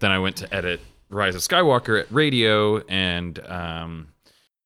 Then I went to edit Rise of Skywalker at radio and um,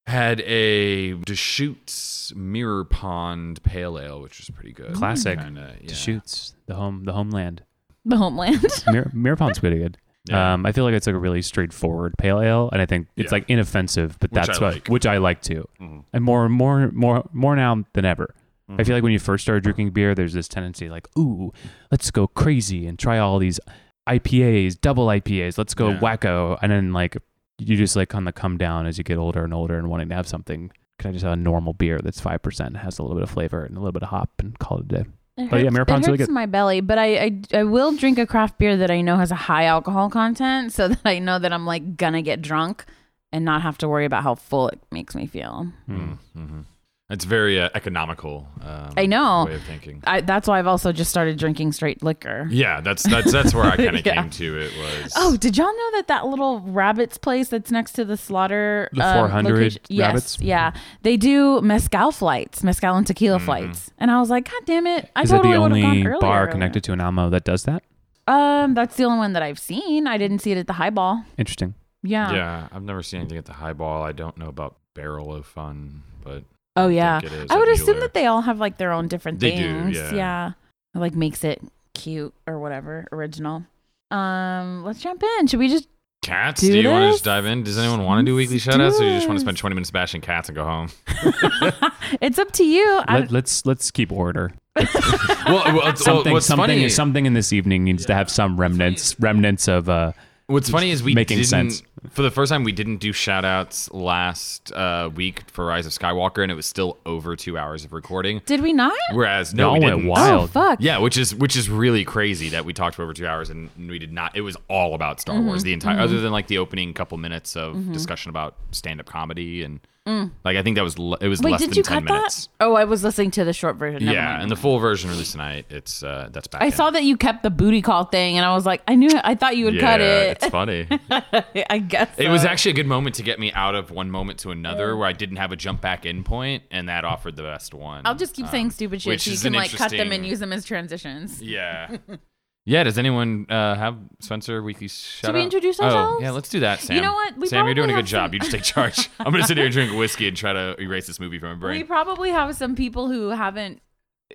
had a Deschutes Mirror Pond Pale Ale, which was pretty good. Classic. Kinda, yeah. Deschutes, the home, the homeland. The homeland. Mir- Mirapon's pretty good. Yeah. Um, I feel like it's like a really straightforward pale ale, and I think it's Yeah. like inoffensive, but Which that's I what like. which I like too, Mhm. and more more more more now than ever. Mm-hmm. I feel like when you first start drinking beer, there's this tendency like, ooh, let's go crazy and try all these IPAs, double IPAs, let's go Yeah. wacko, and then like you just like kind of come down as you get older and older and wanting to have something. Can I just have a normal beer that's five percent, has a little bit of flavor and a little bit of hop, and call it a day? It Oh, yeah, Mirapon's hurts- it really hurts good. my belly, but I, I I will drink a craft beer that I know has a high alcohol content, so that I know that I'm like gonna get drunk and not have to worry about how full it makes me feel. Mm, mhm. It's very uh, economical. Um, I know. way of thinking. I, that's why I've also just started drinking straight liquor. Yeah, that's that's that's where I kind of Yeah. came to. It was Oh, did y'all know that that little rabbits place that's next to the slaughter? The um, 400 location- Yes, rabbits? yeah, they do mezcal flights, mezcal and tequila flights, and I was like, God damn it! Mm-hmm. I Is totally that the would have only gone earlier, bar earlier. connected to an Alamo that does that? Um, that's the only one that I've seen. I didn't see it at the Highball. Interesting. Yeah. yeah. I've never seen anything at the highball. I don't know about Barrel of Fun, but Oh yeah. think it is I would at assume Mueller. that they all have like their own different They do, things. yeah. It, like makes it cute or whatever, original. Um, let's jump in. Should we just Cats? Do Do, you want to this? just dive in? Does anyone want to do weekly Let's shout outs do or you just want it. to spend 20 minutes bashing cats and go home? It's up to you. I, Let, let's let's keep order. well, well, it's- well, Something what's something funny something in this evening needs to have some remnants remnants of uh What's funny is we making didn't, sense. for the first time we didn't do shout outs last uh, week for Rise of Skywalker and it was still over 2 hours of recording. did we not? Whereas it no, all we went didn't. Oh wild. fuck. Yeah, which is which is really crazy that we talked for over two hours and we did not. It was all about Star Mm-hmm. Wars the entire, other than like the opening couple minutes of discussion about stand up comedy and like I think that was le- it was Mm. Wait, less did than you cut ten minutes. that? Oh, I was listening to the short version. Never Yeah, mind. and the full version released tonight. It's uh that's back. I in. saw that you kept the booty call thing, and I was like, I knew it. I thought you would Yeah, cut it. it's funny. I guess It was so. actually a good moment to get me out of one moment to another where I didn't have a jump back in point, and that offered the best one. Uh, I'll just keep saying stupid shit which so you is can an like cut them and interesting- use them as transitions. yeah. Yeah, does anyone uh, have Spencer weekly shout we out? introduce Oh, ourselves? yeah, let's do that, Sam. You know what? We Sam, you're probably doing a have good job. some- You just take charge. I'm going to sit here and drink whiskey and try to erase this movie from my We brain. probably have some people who haven't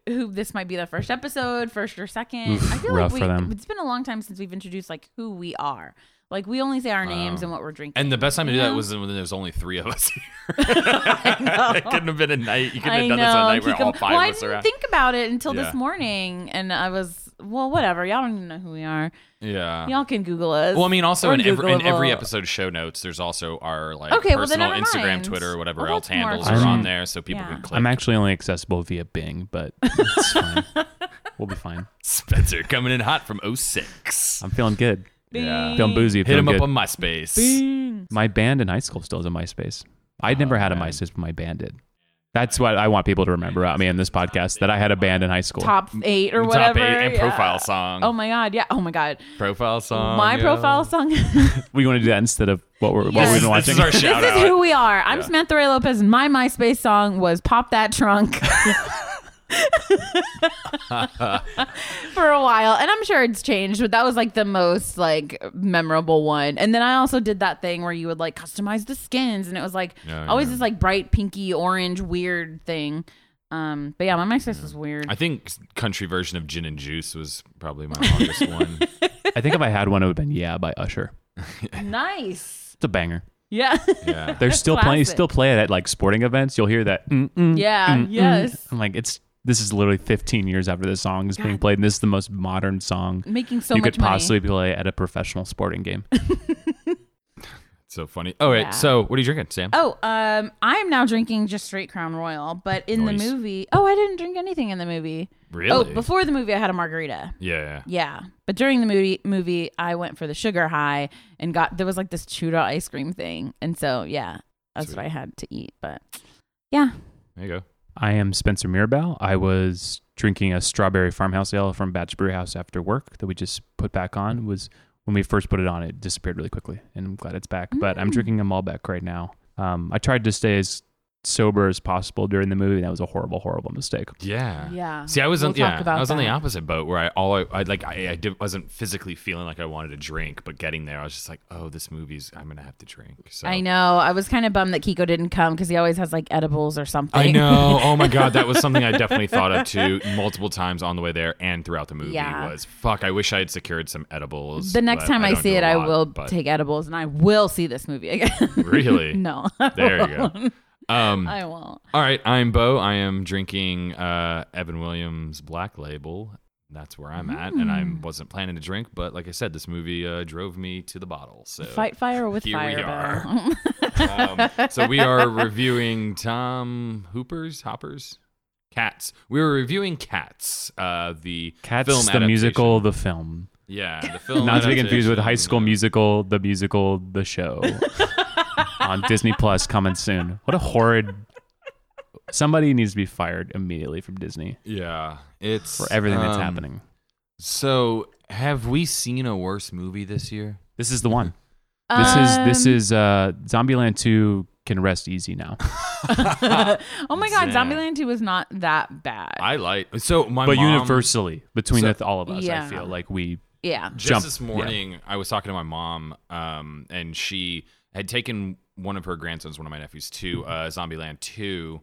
who this might be their first episode, first or second. Oof, I feel rough like we, for them. it's been a long time since we've introduced like who we are. Like we only say our names and what we're drinking. and the best time to do Yeah. that was when there was only three of us here. it couldn't have been a night. You couldn't have done this on a night keep where all them- five well, of us I are didn't out. think about it until Yeah. this morning, and I was well, whatever. Y'all don't even know who we are. yeah. Y'all can Google us. Well, I mean, also We're in every, in every Googleable. episode show notes, there's also our like Okay, well, then personal never Instagram, mind. Twitter, or whatever Well, else that's more handles fun. are on there, so people Yeah. can click. I'm actually only accessible via Bing, but it's fine. we'll be fine. Spencer coming in hot from 06. I'm feeling good. Yeah. Feeling boozy. Hit Feeling him good. up on MySpace. my band in high school still has a MySpace. Oh, I'd never had a MySpace, but my band did. That's what I want people to remember about me in this podcast that I had a band in high school. top eight or whatever. Top eight and yeah. profile song. Oh my god, yeah. Oh my god, profile song. my Oh, yeah. profile song. We want to do that instead of what we're what Yes. we've been This watching. is our shout this is out. who we are. I'm Samantha Ray Lopez, and my MySpace song was "Pop That Trunk." for a while and i'm sure it's changed but that was like the most like memorable one and then i also did that thing where you would like customize the skins and it was like Yeah, always yeah. this like bright pinky orange weird thing um but yeah my myspace was weird I think country version of Gin and Juice was probably my longest one. I think if I had one, it would have been Yeah by Usher. nice It's a banger. yeah Yeah. There's still playing. classic. Still play it at like sporting events. You'll hear that. mm, Mm-mm, Yeah, mm-mm. yes. I'm like, it's this is literally 15 years after this song is being played, and this is the most modern song making so you much could possibly play at a professional sporting game. So funny. Oh, wait. Yeah. So, what are you drinking, Sam? money oh um i'm now drinking just straight crown royal but in Nice. the movie oh i didn't drink anything in the movie really? oh before the movie i had a margarita yeah. Yeah, but during the movie, movie, I went for the sugar high and got there was like this Cheetah ice cream thing, and so yeah, that's Sweet. what I had to eat. But yeah, There you go. I am Spencer Mirabal. I was drinking a strawberry farmhouse ale from Batch Brew House after work that we just put back on. It was when we first put it on, it Mm. disappeared really quickly, and I'm glad it's back. But I'm drinking a Malbec right now. Um, I tried to stay as sober as possible during the movie. And that was a horrible, horrible mistake. Yeah. Yeah. Ah. See, I was on, We'll talk yeah, about I was on the that. opposite boat where I all I, I like I, I did, wasn't physically feeling like I wanted to drink, but getting there, I was just like, oh, this movie's I'm gonna have to drink. So I know. I was kind of bummed that Kiko didn't come because he always has like edibles or something. I know. Oh my god, that was something I definitely thought of too multiple times on the way there and throughout the movie. Yeah. Was fuck. I wish I had secured some edibles. The next but time I, don't see do it, a I lot, will but- take edibles and I will see this movie again. Really? no, There you go. Um, I won't. all right, I'm Bo. I am drinking uh, Evan Williams Black Label. That's where I'm at, and I wasn't planning to drink, but like I said, this movie uh, drove me to the bottle. So Fight fire with here fire. we Bo. um, so we are reviewing Tom Hooper's Hoppers Cats. We were reviewing Cats, uh, the Cats, film the adaptation. musical, the film. Yeah, the film. Not to be confused with adaptation. High School Musical, the musical, the show on Disney Plus coming soon. What a horrid. Somebody needs to be fired immediately from Disney Yeah, it's for everything that's um, happening. So, have we seen a worse movie this year? This is the one. This is this Um, is uh Zombieland 2 can rest easy now. Oh my god, Yeah. Zombieland 2 was not that bad. uh, I like so my But mom, universally between So- the- all of us, I Yeah. feel like we yeah. Just jump- this yeah. morning, I was talking to my mom, um, and she had taken one of her grandsons, one of my nephews, Mm-hmm. to uh, Zombieland Two,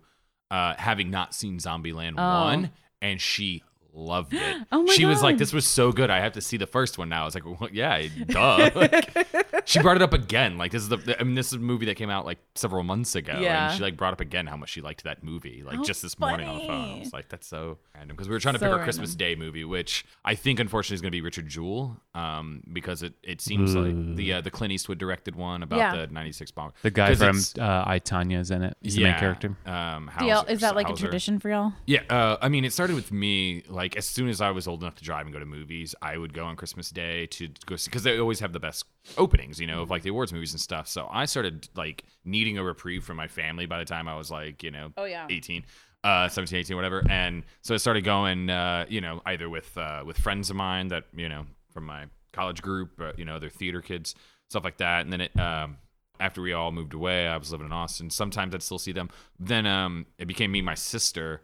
uh, having not seen Zombieland Oh. One, and she loved it. Oh my she was like, God. "This was so good. I have to see the first one now." I was like, well, "Yeah, duh." Like, she brought it up again. Like this is the I mean, this is a movie that came out like several months ago, Yeah. and she like brought up again how much she liked that movie. Like How just this morning on the phone, I funny. was like, "That's so random." Because we were trying to So pick our random. Christmas Day movie, which I think unfortunately is going to be Richard Jewell, um, because it, it seems like the uh, the Clint Eastwood directed one about Yeah. the '96 bomb. Hmm. the guy 'Cause from it's- uh I Tanya's in it. He's the main yeah, character. Um, Do y'all- is Hauser- that like a Hauser. tradition for y'all? Yeah, uh, I mean, it started with me. Like as soon as I was old enough to drive and go to movies, I would go on Christmas Day to go see because they always have the best openings, you know, of like the awards movies and stuff. So I started like needing a reprieve from my family by the time I was like, you know, Oh, yeah. 18 uh 17 18 whatever and so i started going uh you know either with uh with friends of mine that you know from my college group uh, you know other theater kids stuff like that and then it um after we all moved away i was living in austin sometimes i'd still see them then um it became me and my sister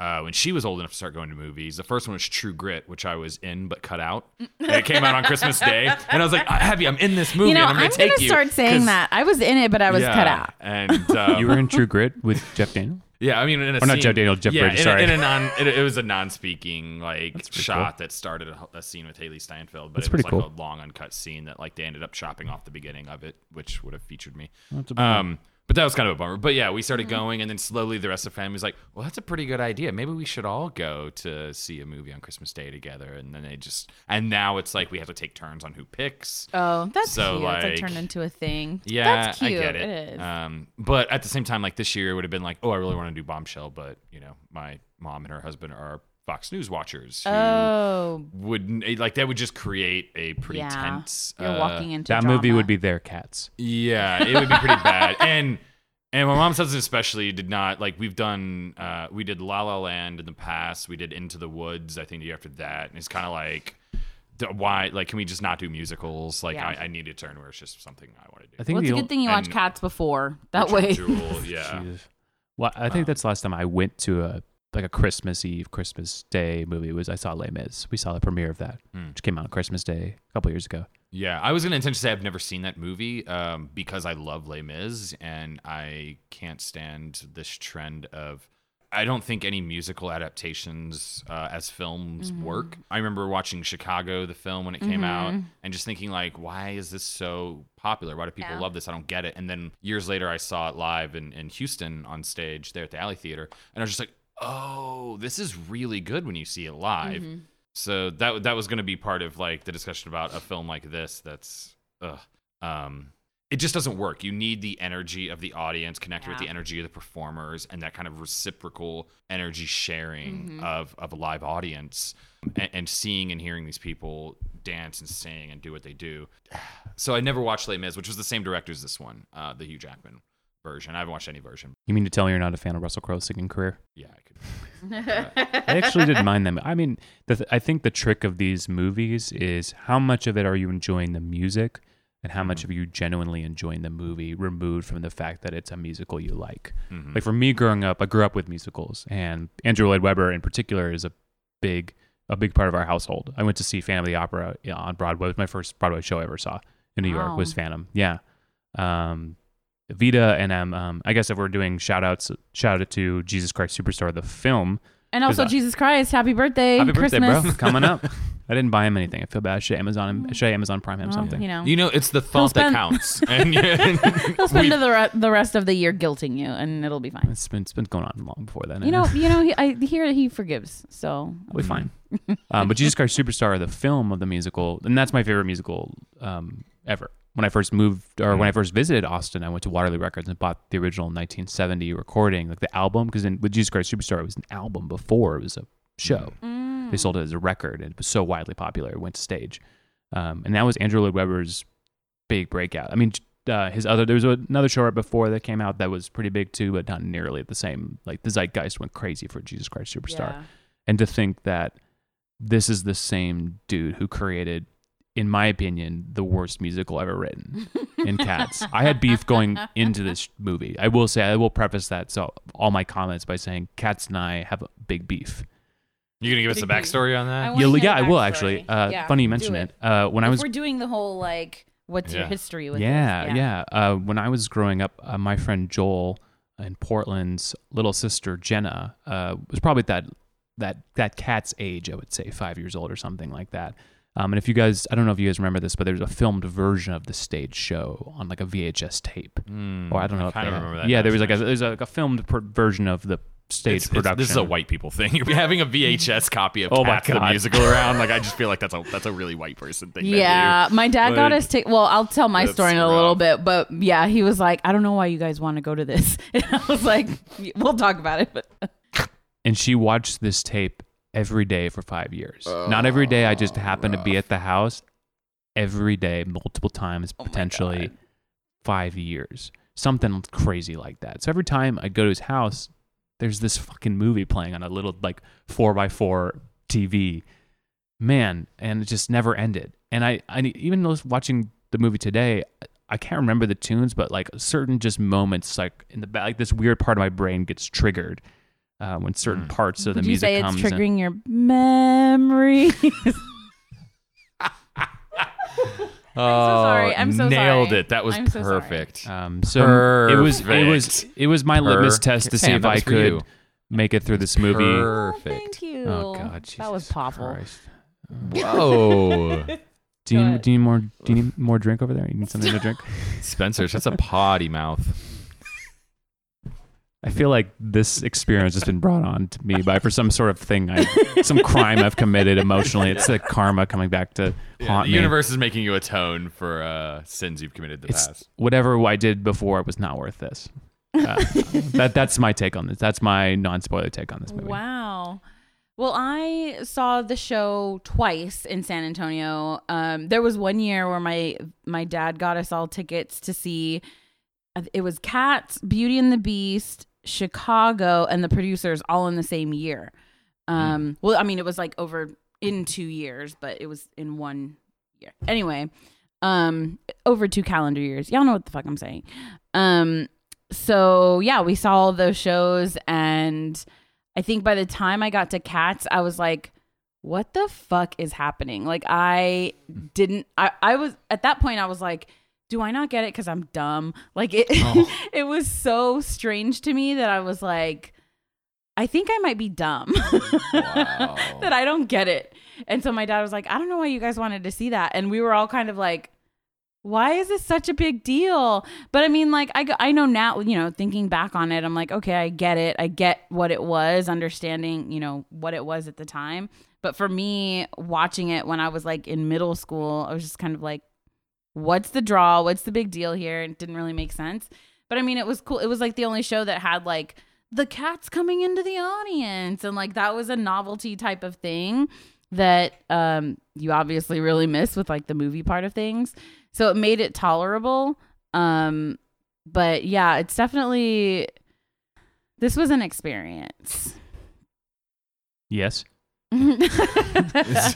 uh, when she was old enough to start going to movies, the first one was True Grit, which I was in but cut out. And it came out on Christmas Day, and I was like, "Happy, I'm in this movie. Mm. You know, and I'm gonna, take gonna you," start saying 'cause- that. I was in it, but I was yeah, cut out. And um, You were in True Grit with Jeff Daniel. yeah, I mean, in a Or not scene- Joe Daniel, Jeff yeah, Bridges, in a- sorry. in a non, it, it was a non-speaking like pretty shot that started a, a scene with Haley Steinfeld, but That's it was pretty like cool. a long uncut scene that like they ended up chopping off the beginning of it, which would have featured me. a bummer. Um, but that was kind of a bummer. But yeah, we started going, and then slowly the rest of the family was like, "Well, that's a pretty good idea. Maybe we should all go to see a movie on Christmas Day together." And then they just, and now it's like we have to take turns on who picks. Oh, that's So, cute. it's like like- turned into a thing. Yeah, that's cute. I get it. It is. Um, but at the same time, like this year, it would have been like, oh, I really want to do Bombshell, but you know, my mom and her husband are Fox News watchers. Who oh, Would like that would just create a pretty yeah. tense. You're uh, walking into That movie drama. would be their cats. Yeah, it would be pretty bad. And and my mom's husband especially did not like. We've done uh, we did La La Land in the past. We did Into the Woods. I think the year after that, and it's kind of like. d- Why, like, can we just not do musicals? Like, Yeah. I, I need a turn where it's just something I want to do. I think Well, it's the a ol- good thing you watch and- Cats before. That Richard way, Jewell, yeah. Jesus. Well, I think that's the last time I went to a like a Christmas Eve, Christmas Day movie was I saw Les Mis. We saw the premiere of that, which came out on Christmas Day a couple years ago. Yeah, I was gonna intentionally say I've never seen that movie um, because I love Les Mis and I can't stand this trend of. I don't think any musical adaptations uh, as films work. I remember watching Chicago, the film when it came out, and just thinking like, why is this so popular? Why do people Yeah. love this? I don't get it. And then years later, I saw it live in, in Houston on stage there at the Alley Theater, and I was just like, oh, this is really good when you see it live. Mm-hmm. So that that was going to be part of like the discussion about a film like this. That's ugh. um, it just doesn't work. You need the energy of the audience connected with Yeah. the energy of the performers and that kind of reciprocal energy sharing Mm-hmm. of of a live audience and, and seeing and hearing these people dance and sing and do what they do. So I never watched Les Mis, which was the same director as this one, uh, the Hugh Jackman version. I haven't watched any version. You mean to tell me you're not a fan of Russell Crowe's singing career? Yeah, I could. uh, I actually didn't mind them. I mean, the th- I think the trick of these movies is how much of it are you enjoying the music and how much of you genuinely enjoying the movie removed from the fact that it's a musical you like. Mhm. Like for me growing up, I grew up with musicals and Andrew Lloyd Webber in particular is a big a big part of our household. I went to see Phantom of the Opera on Broadway. It was my first Broadway show I ever saw in New Wow. York was Phantom. Yeah. Um Vita and um, um I guess if we're doing shout outs shout out to Jesus Christ Superstar the film And also, Is that- Jesus Christ, happy birthday, Happy birthday, Christmas. Oh, bro. coming up. I didn't buy him anything. I feel bad. I should Amazon him, I should Amazon Prime him Well, something. You know, You know, it's the thought that spend- counts. And, yeah, he'll spend we- the, re- the rest of the year guilting you, and it'll be fine. It's been it's been going on long before then. You know, mm. you know. He, I hear he forgives, so We'll be fine. um, but Jesus Christ Superstar, the film of the musical, and that's my favorite musical um, ever. When I first moved, or Mm. when I first visited Austin, I went to Waterloo Records and bought the original 1970 recording, like the album, because with Jesus Christ Superstar, it was an album before it was a Mm-hmm. show. They Mm, sold it as a record, and it was so widely popular, it went to stage. Um, and that was Andrew Lloyd Webber's big breakout. I mean, uh, his other there was another show right before that came out that was pretty big too, but not nearly the same. Like the zeitgeist went crazy for Jesus Christ Superstar and to think that this is the same dude who created in my opinion the worst musical ever written in cats i had beef going into this movie i will say i will preface that so all my comments by saying cats and i have a big beef you gonna give us the backstory on that? wanna yeah, hear yeah the i will backstory. actually uh, Yeah, funny you do mention it. it, Uh, when i If was we're doing the whole like, what's your Yeah. history with? yeah, this? yeah. Uh, when I was growing up, uh, my friend Joel in Portland's little sister Jenna uh, was probably that that that cat's age, I would say, five years old or something like that. Um, and if you guys, I don't know if you guys remember this, but there's a filmed version of the stage show on like a VHS tape, Mm, or I don't know. if kinda they- remember that. Yeah, there now, was like a actually. there's like a filmed pr- version of the stage It's- it's- production. this is a white people thing. You're having a mm-hmm. VHS copy of Oh my Cats the God. musical around. Like I just feel like that's a that's a really white person thing. to Yeah, do. my dad got Like- us take. Well, I'll tell my That's story in a little rough. bit, but yeah, he was like, "I don't know why you guys want to go to this." And I was like, "We'll talk about it." But and she watched this tape every day for five years. Not every day. I just happened to be at the house every day, multiple times, Oh potentially five years, something crazy like that. So every time I go to his house, there's this fucking movie playing on a little like four by four TV, man, and it just never ended. And I, I even though I was watching the movie today, I can't remember the tunes, but like certain just moments, like in the back, like this weird part of my brain gets triggered uh, when certain Hmm. parts of Would the you music say it's comes. in. triggering your memory? so sorry. I'm so Oh, nailed sorry. it. That was I'm so sorry. perfect. Um, so it was it was Perfect. it was my litmus Perfect. test to see Pam, if that I was for could you. make it through this movie. Perfect. Thank you. Oh God, Jesus that was powerful. Christ. Whoa, Do you, God. do you need more? Do you need more drink over there? You need something to drink? Spencer, that's a potty mouth. I feel like this experience has been brought on to me by for some sort of thing, I, some crime I've committed emotionally. It's the karma coming back to Yeah, haunt the me. universe is making you atone for uh, sins you've committed in the It's- past. Whatever I did before was not worth this. Uh, that that's my take on this. That's my non-spoiler take on this movie. Wow. Well, I saw the show twice in San Antonio. Um, there was one year where my my dad got us all tickets to see. uh, It was Cats, Beauty and the Beast, Chicago, and the producers all in the same year. Mm. Um, Well, I mean, it was like over in two years, but it was in one year. Anyway, um, over two calendar years. Y'all know what the fuck I'm saying. Um, so yeah, we saw all those shows, and I think by the time I got to Cats, I was like, what the fuck is happening? Like, I didn't, I, I was at that point, I was like, do I not get it? Cause I'm dumb. Like, it, it was so strange to me that I was like, I think I might be dumb that I don't get it. And so my dad was like, I don't know why you guys wanted to see that. And we were all kind of like, why is this such a big deal? But I mean, like, I, g- I know now, you know, thinking back on it, I'm like, okay, I get it. I get what it was, understanding, you know, what it was at the time. But for me, watching it when I was like in middle school, I was just kind of like, what's the draw? What's the big deal here? It didn't really make sense. But I mean, it was cool. It was like the only show that had like the cats coming into the audience. And like that was a novelty type of thing that um, you obviously really miss with like the movie part of things. So it made it tolerable. Um, but yeah, it's definitely, this was an experience. Yes, yeah,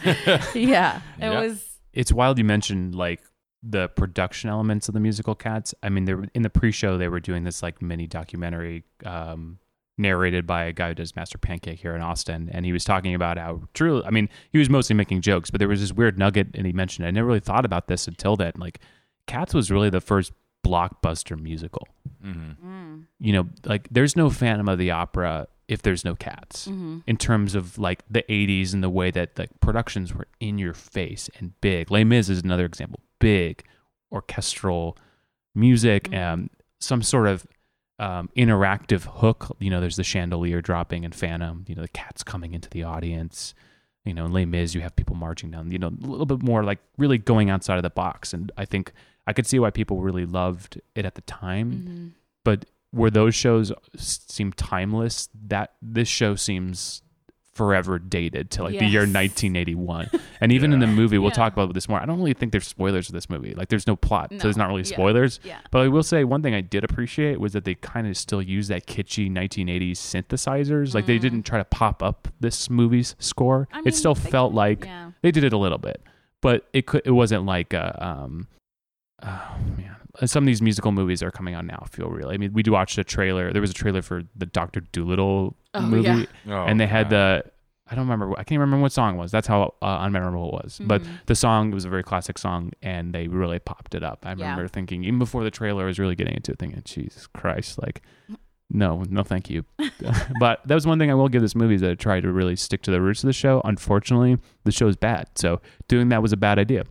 it Yeah. was. it's wild you mentioned like the production elements of the musical Cats. I mean, they were in the pre-show they were doing this like mini documentary um, narrated by a guy who does Master Pancake here in Austin, and he was talking about how truly. I mean, he was mostly making jokes, but there was this weird nugget, and he mentioned it. I never really thought about this until then. Like, Cats was really the first blockbuster musical. Mm-hmm. Mm. You know, like there's no Phantom of the Opera if there's no Cats hmm in terms of like the 80s and the way that like productions were in your face and big. Les Mis is another example. Big orchestral music, um, some sort of um, interactive hook. You know, there's the chandelier dropping in Phantom. You know, the cats coming into the audience. You know, in Les Mis, you have people marching down. You know, a little bit more like really going outside of the box. And I think I could see why people really loved it at the time hmm but where those shows seem timeless that this show seems forever dated to like the year Yes. 1981 and even in the movie we'll Yeah. talk about this more i don't really think there's spoilers for this movie like there's no plot so there's No. not really Yeah. spoilers Yeah. but i will say one thing i did appreciate was that they kind of still use that kitschy 1980s synthesizers like they didn't try to pop up this movie's score Mm-hmm. I it mean, still they felt could- like yeah. they did it a little bit, but it could. It wasn't like uh um, oh man. Some of these musical movies that are coming out now. Feel real. I mean, we watched a trailer. There was a trailer for the Doctor Doolittle Oh, movie, yeah. Oh, and they had God. the. I don't remember. I can't even remember what song it was. That's how uh, unmemorable it was. But Mhm. the song was a very classic song, and they really popped it up. I Yeah. remember thinking, even before the trailer, I was really getting into it, thinking, "Jesus Christ!" Like, no, no, thank you. but that was one thing I will give this movie is that it tried to really stick to the roots of the show. Unfortunately, the show's bad, so doing that was a bad idea.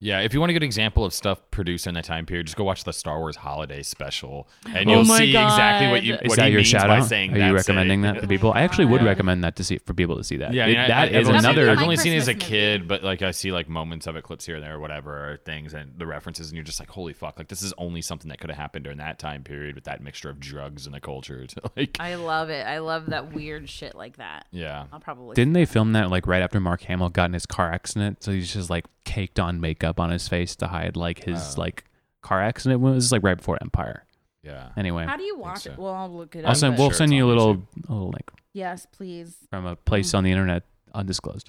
Yeah, if you want a good example of stuff produced in that time period, just go watch the Star Wars Holiday Special, and Oh you'll my see exactly what you God. Is what that he your means shout by out? saying. Are you that's it. recommending that to Oh people? my I actually would God. recommend that to see for people to see that. Yeah, I It- mean, I- that I've is only seen- another. I've only seen it as a Christmas kid, movie. but like I see like moments of it, clips here and there, or whatever, or things and the references, and you're just like, holy fuck! Like this is only something that could have happened during that time period with that mixture of drugs and the culture. To like, I love it. I love that weird shit like that. yeah, I'll probably Didn't they film that like right after Mark Hamill got in his car accident? So he's just like caked on makeup on his face to hide like his Oh. like car accident. Well, It was like right before Empire. yeah. Anyway, How do you watch so. it? Well, I'll look it I'll up. send, but- we'll sure send it's you a on Mm. little, a little link yes, please. from a place on the internet undisclosed.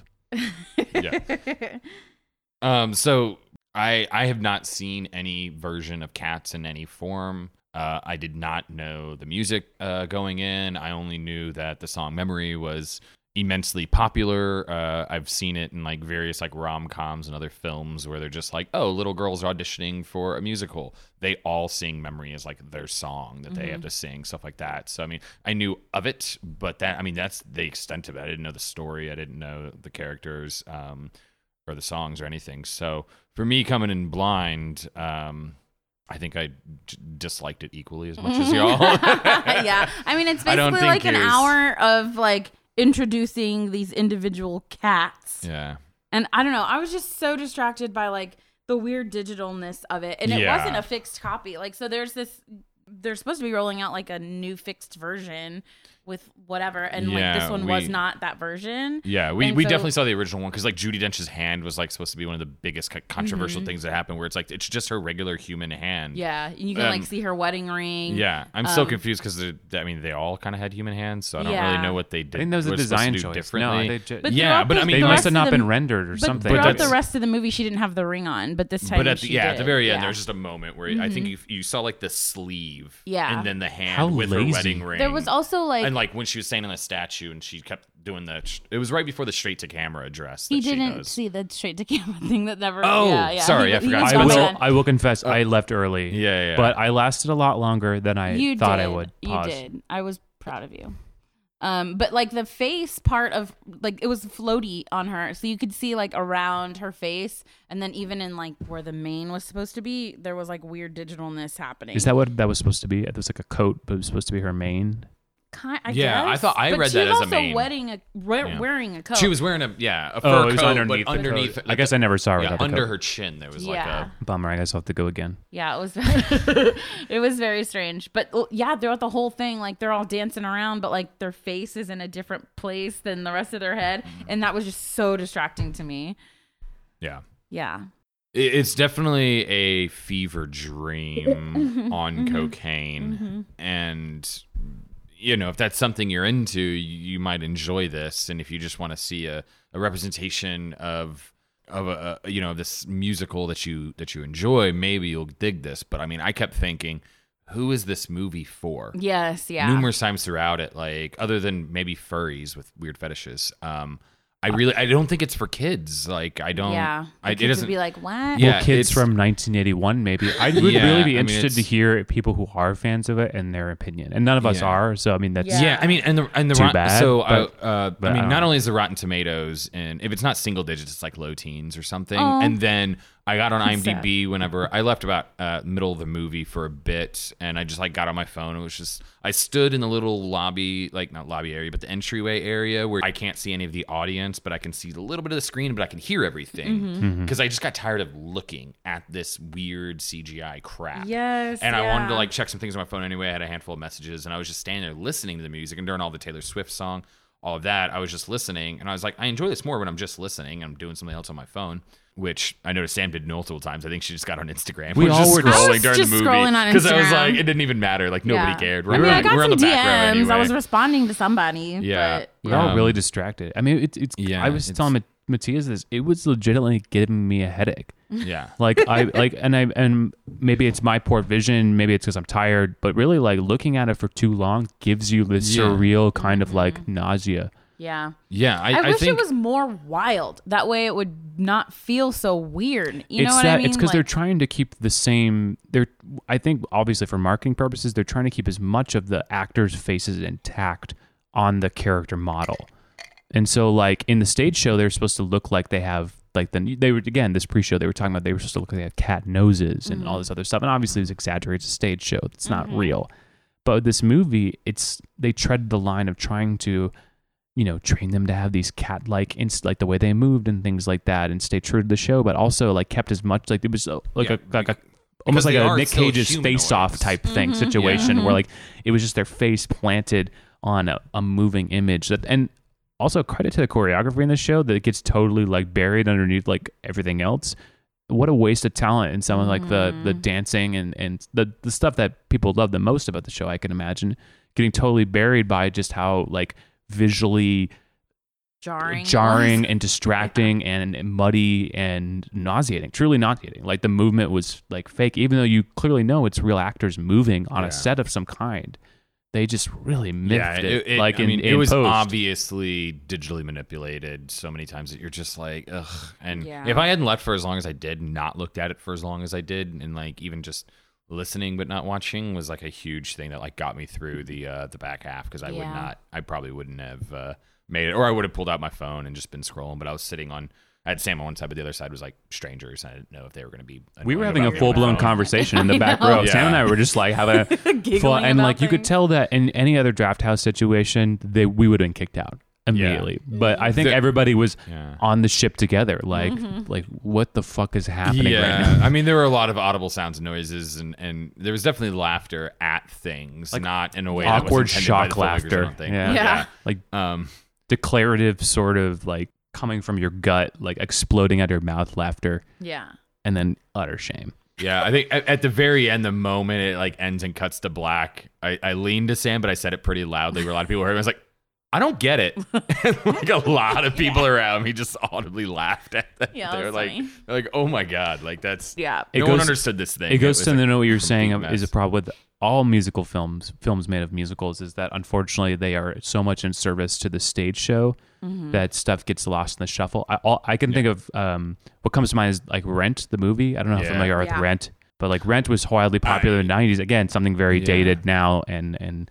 Um, so I I have not seen any version of Cats in any form. Uh, I did not know the music uh, going in. I only knew that the song "Memory" was immensely popular. Uh, I've seen it in like various like rom coms and other films where they're just like, oh, little girls are auditioning for a musical. They all sing "Memory" as like their song that they have to sing, stuff like that. So I mean, I knew of it, but that I mean that's the extent of it. I didn't know the story. I didn't know the characters. Um, or the songs or anything. So for me, coming in blind, um, I think I d- disliked it equally as much as y'all. Uh, yeah. I mean, it's I don't basically think like an yours- hour of like introducing these individual cats. yeah. And I don't know. I was just so distracted by like the weird digitalness of it. And it Yeah. wasn't a fixed copy. Like, so there's this, they're supposed to be rolling out like a new fixed version with whatever. And like Yeah, this one we- was not that version. Yeah, we, And we so- definitely saw the original one because like Judy Dench's hand was like supposed to be one of the biggest co- controversial things that happened, where it's like it's just her regular human hand. Mm-hmm. Yeah. And you can Um, like see her wedding ring. yeah. I'm so Um, confused because I mean they all kind of had human hands, so I don't really Yeah. know what they did. I think that was a were supposed to design do choice. Differently. No, they, But yeah, throughout but the- I the mean they must rest have of not the- been rendered or But something. But throughout the that's- rest of the movie, she didn't have the ring on, but this time But at the, she yeah, at did. the very end, Yeah. Mm-hmm. there's just a moment where I think you you saw like the sleeve, Yeah. and then the hand How with lazy. her wedding ring. There was also like, and like when she was standing on a statue and she kept doing the it was right before the straight to camera address that he she didn't does. see the straight to camera thing that never. Oh, yeah, yeah. sorry, He- I he forgot was to I Well will. gone mention- done. then. I will confess. I left early. Uh, Yeah, yeah, But I lasted a lot longer than I you thought did. I would. Pause. You did. I was proud of you. Um, but like the face part of like it was floaty on her, so you could see like around her face, and then even in like where the mane was supposed to be, there was like weird digitalness happening. Is that what that was supposed to be? It was like a coat, but it was supposed to be her mane. Kind, I Yeah, I guess. thought- I But read she that as was a also mane. Wearing a wear, Yeah. wearing a coat. she was wearing a yeah a fur Oh, it was coat, underneath but the underneath coat. I guess I never saw her yeah, without a under coat. her chin there was like Yeah. a Bummer. I guess I'll have to go again. Yeah, it was it was very strange. But l- yeah, throughout the whole thing, like they're all dancing around, but like their face is in a different place than the rest of their head, Mm-hmm. and that was just so distracting to me. yeah Yeah. It- it's definitely a fever Mm-hmm. dream on cocaine and you know if that's something you're into you you might enjoy this and if you just want to see a, a representation of of a, a- you know this musical that you that you enjoy, maybe you'll dig this. But I mean, I kept thinking, who is this movie for? Yes, yeah. numerous times throughout it like other than maybe furries with weird fetishes um i really i don't think it's for kids like i don't yeah. um, I, The it kids doesn't would be like, what? Yeah, well, kids it's- from 1981, maybe. I would Yeah, really I mean, be interested to it's- hear people who are fans of it and their opinion. And none of us Yeah. are, so I mean, that's yeah. i mean and the and the Too rot- bad, so I- but- uh, but i I mean don't- not only is the rotten tomatoes and if it's not single digits it's like low teens or something Aw. and then i got on imdb whenever i left about uh middle of the movie for a bit and i just like got on my phone it was just i stood in the little lobby like not lobby area but the entryway area where i can't see any of the audience but i can see a little bit of the screen but i can hear everything Mm-hmm. because Mm-hmm. i just got tired of looking at this weird cgi crap Yes, and i wanted to yeah. like check some things on my phone anyway. I had a handful of messages, and I was just standing there listening to the music. And during all the Taylor Swift song, all of that, I was just listening, and I was like, I enjoy this more when I'm just listening. I'm doing something else on my phone, which I noticed Sam did multiple times. I think she just got on Instagram. We was all just were just- scrolling I was during just the movie scrolling on I was Instagram. like, it didn't even matter. Like nobody Yeah. cared. I We're, mean, on- I got we're on some the DMs. back row anyway. I was responding to somebody. yeah, We're all Um, really distracted. I mean, it's it's. yeah, I was it's- telling Mat- Matthias this. It was legitimately giving me a headache. yeah. Like I like, and I and maybe it's my poor vision. Maybe it's because I'm tired. But really, like looking at it for too long gives you this Yeah. surreal kind of like nausea. But yeah. Yeah, I, I, I wish think it was more wild. That way it would not feel so weird. You it's know what that I mean? it's because they're Like- trying to keep the same. They're I think obviously for marketing purposes, they're trying to keep as much of the actors' faces intact on the character model. And so, like in the stage show, they're supposed to look like they have like the they were again this pre-show they were talking about they were supposed to look like they had cat noses and Mm-hmm. all this other stuff. And obviously, it was exaggerated. It's a stage show. It's not real. But with this movie, it's they tread the line of trying to, you know, train them to have these cat-like inst- like the way they moved and things like that, and stay true to the show, but also like kept as much like it was uh, like Yeah, a like a. because Almost like they a are Nick still Cage's face-off humanoids. type thing situation, where like it was just their face planted on a, a moving image. That and also credit to the choreography in this show that it gets totally like buried underneath like everything else. What a waste of talent in some of like the the dancing and and the the stuff that people love the most about the show. I can imagine getting totally buried by just how like visually jarring. jarring and distracting and muddy and nauseating. Truly nauseating. Like the movement was like fake, even though you clearly know it's real actors moving on Yeah. a set of some kind. They just really miffed yeah, it, it, it- Like I in, mean, in it was post. obviously digitally manipulated so many times that you're just like, ugh. And Yeah. if I hadn't left for as long as I did, not looked at it for as long as I did, and like even just listening but not watching was like a huge thing that like got me through the uh, the back half because I would Yeah. not, I probably wouldn't have uh, made it, or I would have pulled out my phone and just been scrolling. But I was sitting on. I had Sam on one side, but the other side was like strangers. I didn't know if they were going to be. We were annoying having a about getting my full blown phone. conversation in the I back know. row. Yeah. Sam and I were just like having a full, Giggling and about like you could things. tell that in any other draft house situation, they we would have been kicked out immediately. But I think The- everybody was Yeah. on the ship together. Like, Mm-hmm. like what the fuck is happening right Yeah, now? I mean, there were a lot of audible sounds and noises, and, and there was definitely laughter at things, not in a way that was awkward intended by shock the filmmakers, I laughter. don't think. Yeah. Yeah. Like yeah. Um, declarative sort of like coming from your gut, like exploding out your mouth laughter, Yeah. and then utter shame. yeah, I think at, at the very end, the moment it like ends and cuts to black, I, I leaned to Sam, but I said it pretty loudly. Where a lot of people heard me, I was like, "I don't get it." and, like a lot of people around me just audibly laughed at that. Yeah, they were that's like, funny. they're like, "Oh my god!" Like that's Yeah. It no one goes- understood this thing. It goes was to a know what you're saying complete is a mess. problem with all musical films, films made of musicals, is that unfortunately they are so much in service to the stage show that stuff gets lost in the shuffle. I, all, I can think of um, what comes to mind is like Rent, the movie. I don't know if Yeah. I'm familiar with Yeah. Rent, but like Rent was wildly popular in the 90s. Again, something very Yeah. dated now and and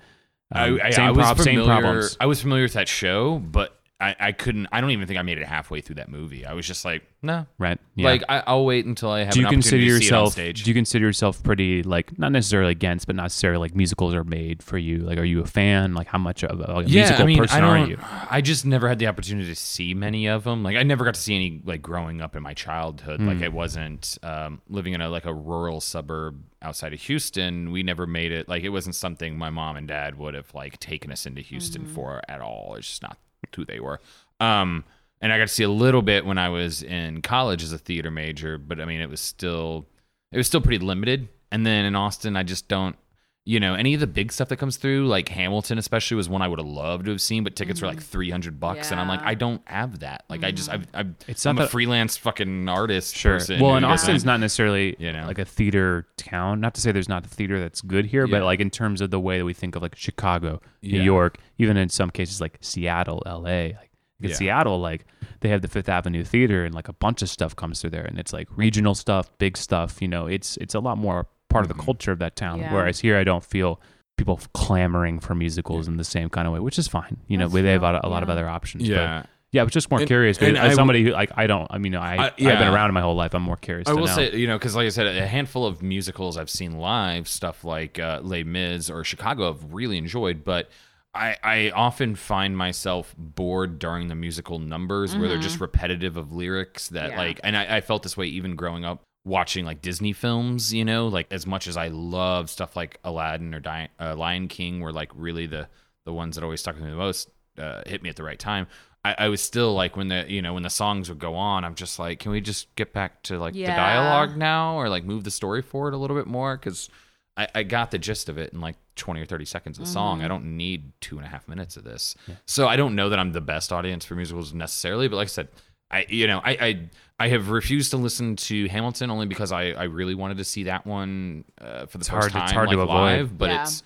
um, I, I, same, I was prob- familiar, same problems. I was familiar with that show, but I, I couldn't. I don't even think I made it halfway through that movie. I was just like, no, Rent. Yeah. like I, I'll wait until I have. do you an consider opportunity to see it on yourself stage? do you consider yourself pretty like not necessarily against but not necessarily like musicals are made for you like are you a fan like how much of a, like, a musical person I are don't- you I just never had the opportunity to see many of them. Like I never got to see any like growing up in my childhood. Hmm. Like I wasn't um, living in a like a rural suburb outside of Houston. We never made it. Like it wasn't something my mom and dad would have like taken us into Houston for at all. It's just not who they were. Um, and I got to see a little bit when I was in college as a theater major, but I mean it was still it was still pretty limited. And then in Austin, I just don't. you know, any of the big stuff that comes through, like Hamilton especially, was one I would have loved to have seen, but tickets were like 300 bucks. And I'm like, Yeah. I don't have that. Like, I just, I've, I've, It's I'm not a that- freelance fucking artist. person Well, who and doesn't- Austin's not necessarily You know. like a theater town. Not to say there's not a theater that's good here, Yeah. but like in terms of the way that we think of like Chicago, New Yeah. York, even in some cases like Seattle, L.A. Like in Yeah. Seattle, like they have the Fifth Avenue Theater, and like a bunch of stuff comes through there, and it's like regional stuff, big stuff. You know, it's it's a lot more part Mm-hmm. of the culture of that town. Yeah. Whereas here, I don't feel people f- clamoring for musicals in the same kind of way, which is fine. You know, That's we they have a fair. lot, a lot of Yeah. other options. but- Yeah. yeah, I was just more And- curious because and I w- as somebody who like I don't. I mean, I, I- I, have been yeah. around my whole life. I'm more curious. I to will know. say, you know, because like I said, a handful of musicals I've seen live, stuff like uh, Les Mis or Chicago, I've really enjoyed, but. I, I often find myself bored during the musical numbers where they're Mm-hmm. just repetitive of lyrics that Yeah. like and I, I felt this way even growing up watching like Disney films, you know, like as much as I love stuff like Aladdin or Di- uh, Lion King were like really the the ones that always stuck with me the most uh, hit me at the right time. I, I was still like when the you know when the songs would go on, I'm just like, can we just get back to like the Yeah. dialogue now or like move the story forward a little bit more? Because I, I got the gist of it in like 20 or 30 seconds of the song. I don't need two and a half minutes of this. So I don't know that I'm the best audience for musicals necessarily, but like I said, I you know I I, I have refused to listen to Hamilton only because I, I really wanted to see that one uh, for the first It's hard to- time it's hard to like, avoid. live, but Yeah. it's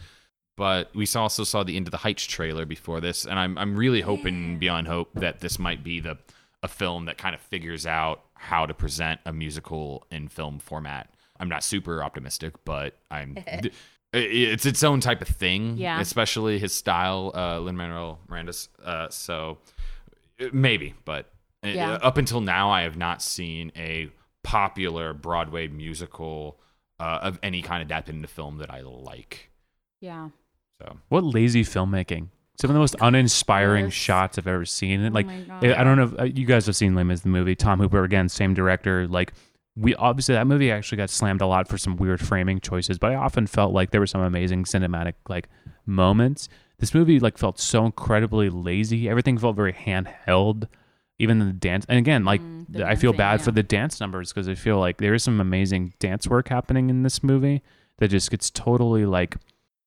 but we saw- also saw the Into the Heights trailer before this, and I'm I'm really hoping beyond hope that this might be the a film that kind of figures out how to present a musical in film format. I'm not super optimistic, but I'm. th- i- It's its own type of thing, Yeah. Especially his style, uh, Lin Manuel Miranda's. Uh, so uh, maybe, but uh, Yeah. up until now, I have not seen a popular Broadway musical uh, of any kind adapted into film that I like. Yeah. So what lazy filmmaking. Some of the most uninspiring Yes. shots I've ever seen. And Oh like, my God. I I don't know if uh, you guys have seen Les Mis, the movie. Tom Hooper again, same director. Like, we obviously that movie actually got slammed a lot for some weird framing choices, but I often felt like there were some amazing cinematic like moments. This movie like felt so incredibly lazy. Everything felt very handheld. Even the dance, and again, like Mm, the th- I feel dancing, bad for yeah. the dance numbers because I feel like there is some amazing dance work happening in this movie that just gets totally like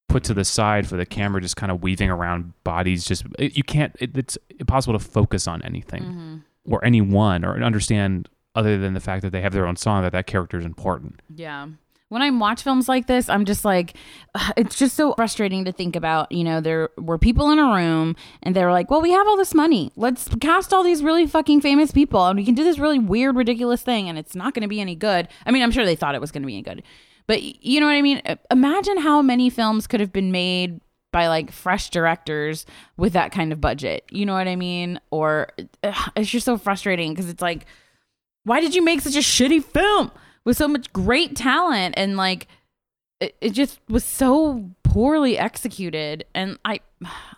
put to the side for the camera just kind of weaving around bodies just it, you can't it, it's impossible to focus on anything Mhm. or anyone or understand other than the fact that they have their own song that that character is important Yeah. When I watch films like this, I'm just like, ugh, it's just so frustrating to think about. You know, there were people in a room and they were like, well, we have all this money. Let's cast all these really fucking famous people and we can do this really weird, ridiculous thing and it's not going to be any good. I mean, I'm sure they thought it was going to be any good. But y- you know what I mean? Uh, Imagine how many films could have been made by like fresh directors with that kind of budget. You know what I mean? Or ugh, it's just so frustrating because it's like, why did you make such a shitty film with so much great talent and like it, it just was so poorly executed and i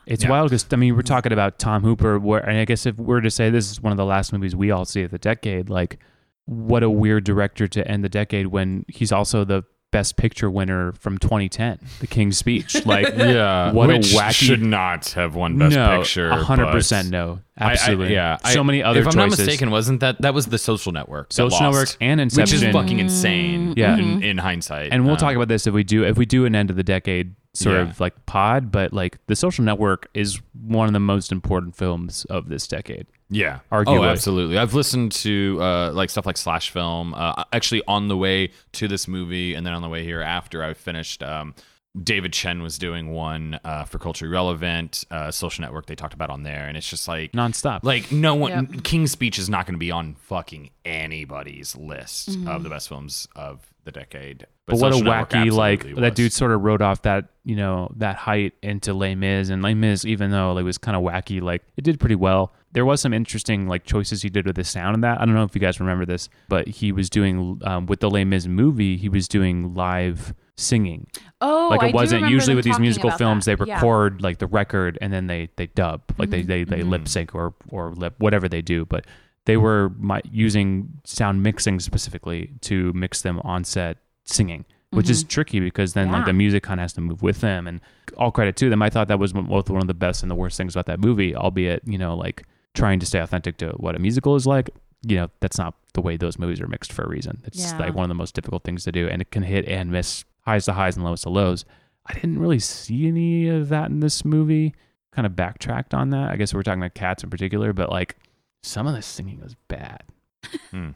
it's Yeah. wild because i mean we're talking about tom hooper where and i guess if we're to say this is one of the last movies we all see of the decade like what a weird director to end the decade when he's also the best picture winner from 2010 the king's speech like Yeah, What a which wacky- should not have won Best no, Picture. hundred but- percent no, absolutely. I, I, yeah, so I- many other If I'm choices. not mistaken, wasn't that that was the Social Network? that Social lost, Network and which is Inception. fucking insane. Yeah. Mm-hmm. in, in hindsight, and we'll Um, talk about this if we do if we do an end of the decade sort Yeah. of like pod, but like the Social Network is one of the most important films of this decade. Yeah, Arguably. Oh, absolutely. I've listened to uh, like stuff like Slash Film. Uh, actually, on the way to this movie, and then on the way here after I finished, um, David Chen was doing one uh, for Culturally Relevant, uh, Social Network. They talked about on there, and it's just like Nonstop. like no one King's Speech is not going to be on fucking anybody's list Mm-hmm. of the best films of the decade. but what a Social Network wacky like absolutely that was. dude sort of rode off that you know that height into Les Mis and Les Mis even though like, it was kind of wacky like it did pretty well there was some interesting like choices he did with the sound in that I don't know if you guys remember this but he was doing um, with the Les Mis movie he was doing live singing oh like I it do wasn't remember usually them with these talking musical about films that. they Yeah. Mm-hmm. record like the record and then they they dub like they they, they lip sync or or lip whatever they do but they were my, using sound mixing specifically to mix them on set singing which is tricky because then like Mm-hmm. Yeah. the music kind of has to move with them and all credit to them i thought that was one- both one of the best and the worst things about that movie albeit you know like trying to stay authentic to what a musical is like you know that's not the way those movies are mixed for a reason it's Yeah. like one of the most difficult things to do and it can hit and miss highs to highs and lows to lows I didn't really see any of that in this movie. Kind of backtracked on that. I guess we're talking about cats in particular, but like some of the singing was bad.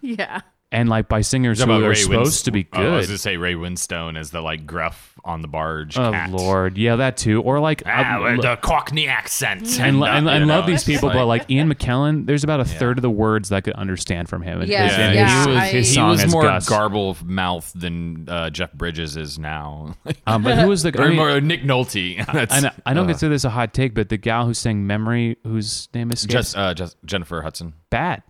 Yeah. And like by singers Talk who about are Ray supposed Winst- to be Oh, I was good. gonna say Ray Winstone as the like gruff on the barge. Oh, cat. lord, yeah, that too. Or like Ah, I- with the Cockney accent. Mm-hmm. and, lo- uh, and, you and know, love these it's just people, but like Ian McKellen, there's about a third of the words that I could understand from him. And Yeah, his, and yeah, his, I- his he song was as more Gus. garble of mouth than uh, Jeff Bridges is now. um, but who was the? I, or mean, more uh, Nick Nolte. That's uh, I, know- I don't consider this a hot take, but the gal who sang "Memory," whose name is just uh, just Jennifer Hudson. bad,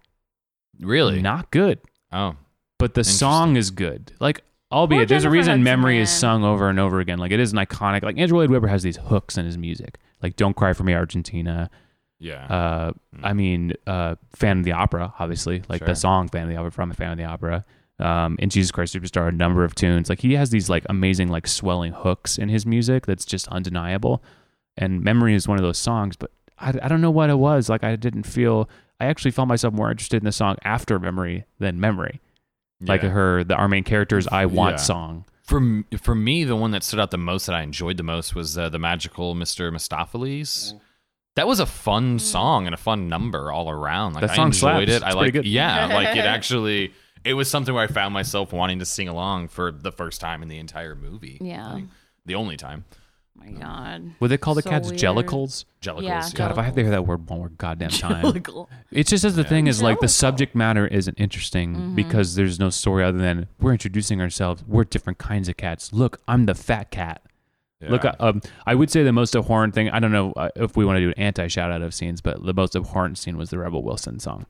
Really? not good. Oh, But the song is good. Like, albeit there's a Jennifer reason Hudson, "Memory" is man. sung over and over again. Like, it is an iconic. Like Andrew Lloyd Webber has these hooks in his music. Like "Don't Cry for Me, Argentina." yeah. uh, I mean, uh, fan of the opera, obviously, like Mm. Sure. the song "Fan of the Opera" from a fan of the opera. Um, and Jesus Christ Superstar, a number of tunes. Like he has these like amazing like swelling hooks in his music that's just undeniable. And "Memory" is one of those songs, but I, I don't know what it was. Like I didn't feel. I actually found myself more interested in the song after "Memory" than "Memory." Like Yeah. her, the our main character's "I Want" Yeah. song. For m- for me, the one that stood out the most that I enjoyed the most was uh, the magical Mr. Mistopheles. That was a Mm-hmm. fun song and a fun number all around. Like That I song enjoyed slaps. it. It's I pretty like good. yeah, like it actually. It was something where I found myself wanting to sing along for the first time in the entire movie. Yeah. Like, the only time. my God. Would they call the So cats weird. jellicles? Jellicles. Yeah. God, if I have to hear that word one more goddamn time, Jellicle. It's just as the thing is like the Angelical. subject matter isn't interesting Mm-hmm. because there's no story other than we're introducing ourselves. We're different kinds of cats. Look, I'm the fat cat. Look, Yeah. um, I would say the most abhorrent thing. I don't know uh, if we want to do an anti shout out of scenes, but the most abhorrent scene was the Rebel Wilson song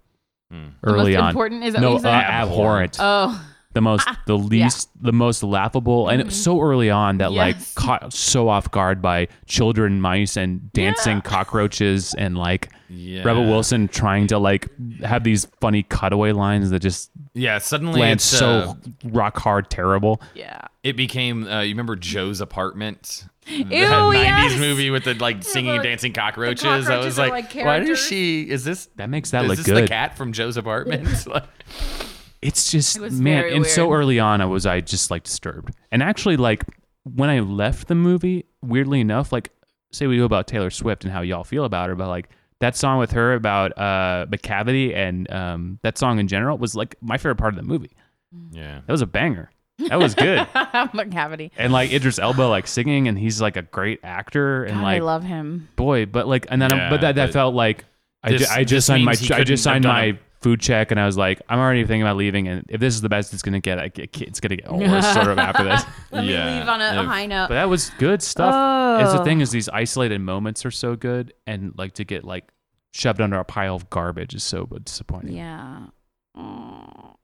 The early most on. important is that no, what you uh, said? abhorrent. Oh, the most, the least, the most laughable, and it was so early on that Mm-hmm. like Yes. caught so off guard by children, mice, and dancing cockroaches, and like. Yeah. Rebel Wilson trying to like have these funny cutaway lines that just Yeah. Suddenly land it's, so uh, rock hard terrible. yeah. it became. Uh, you remember Joe's apartment? Ew, the yes. movie with the like singing, the- dancing cockroaches. I cockroaches was are, like, like, why does characters. she? Is this That makes that is look this good. the cat from Joe's apartment? Like- It's just was man, very and so weird. early on, I was I just like disturbed. And actually, like when I left the movie, weirdly enough, like say we go about Taylor Swift and how y'all feel about her, but like that song with her about uh McCavity and um that song in general was like my favorite part of the movie. yeah. That was a banger. That was good. McCavity. and like Idris Elba like singing, and he's like a great actor. And God, like I love him. boy, but like, and then I'm, but Yeah, that, that but felt like I, ju- this- I this just signed my means he I couldn't have just signed done my it. food check, and I was like, I'm already thinking about leaving, and if this is the best it's gonna get, I get it's gonna get worse sort of after this. Let me Yeah. leave on a, a Yeah. high note. But that was good stuff. It's the Oh. thing is these isolated moments are so good, and like to get like shoved under a pile of garbage is so disappointing. yeah. Oh.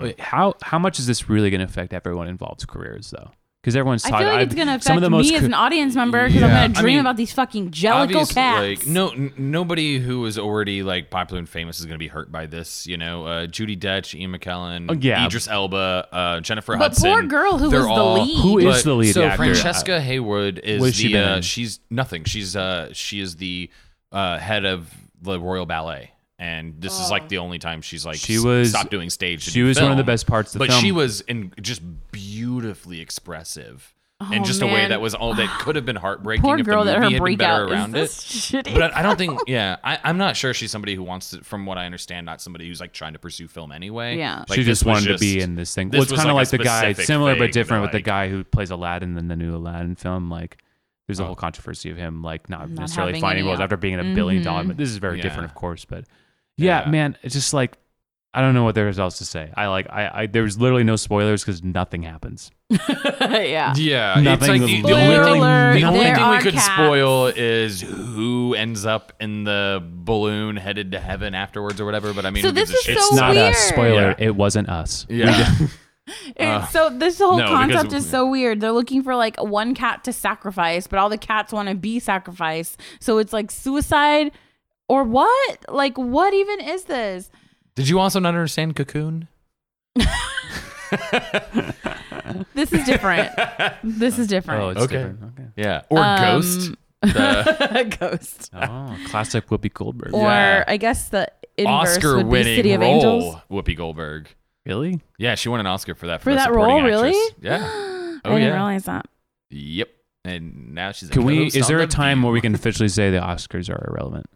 Wait, how how much is this really gonna affect everyone involved's careers though? Because everyone's I talking. feel like I- it's gonna affect some of the most me as co- an audience member because I'm Yeah. gonna I dream mean, about these fucking jellicle Obviously, cats. Like, no, n- nobody who is already like popular and famous is going to be hurt by this. You know, uh, Judy Dench, Ian McKellen, Oh, yeah. Idris Elba, uh, Jennifer But Hudson. poor girl who they're was the all- lead. Who is but- the lead So actor? Francesca Hayward is What has she the. been uh, in? she's nothing. She's uh, she is the uh, head of the Royal Ballet. And this is Oh. like the only time she's like She s- was- stopped doing stage. to she do was one of the film. best parts of the but she film. was in just beautifully expressive, in Oh, just a way man. that was all that could have been heartbreaking. Poor if girl the that her movie had been better breakout around is it this shitty. but I, I don't think yeah I, i'm not sure she's somebody who wants to from what i understand not somebody who's like trying to pursue film anyway Yeah. Like, she this just was wanted to be just- in this thing. this well, it's was kind of like like, a the guy, specific similar thing but different, that, with the like- guy who plays Aladdin in the new Aladdin film. Like, there's a Oh. whole controversy of him like not, Not necessarily having finding any roles op- Mm-hmm. after being in a billion dollar. But this is very Yeah. different, of course. But yeah, Yeah. man, it's just like I don't know what there is else to say. I like I, I there was literally no spoilers because nothing happens. uh, yeah. yeah it's Nothing like was- the, the only Spoiler thing, alert, the only there thing we are could cats. spoil is who ends up in the balloon headed to heaven afterwards or whatever but i mean So who gives this a is shit? so It's not Oh, weird. us. Spoiler: Yeah. it wasn't us. yeah It's so this whole uh, no, because- concept is so weird. They're looking for like one cat to sacrifice, but all the cats want to be sacrificed. So it's like suicide or what? Like what even is this? did you also not understand cocoon This is different. this is Oh, different. it's Okay. different. Okay. yeah Um, or ghost the Ghost. Oh, classic Whoopi Goldberg. Or Yeah. I guess the inverse oscar would be winning City of role Angels. whoopi goldberg Really? yeah she won an oscar for that for, For the that supporting role, really? actress. yeah I oh didn't yeah realize that. yep and now she's. Can like, we? "Host Is on there a The time View." where we can officially say the Oscars are irrelevant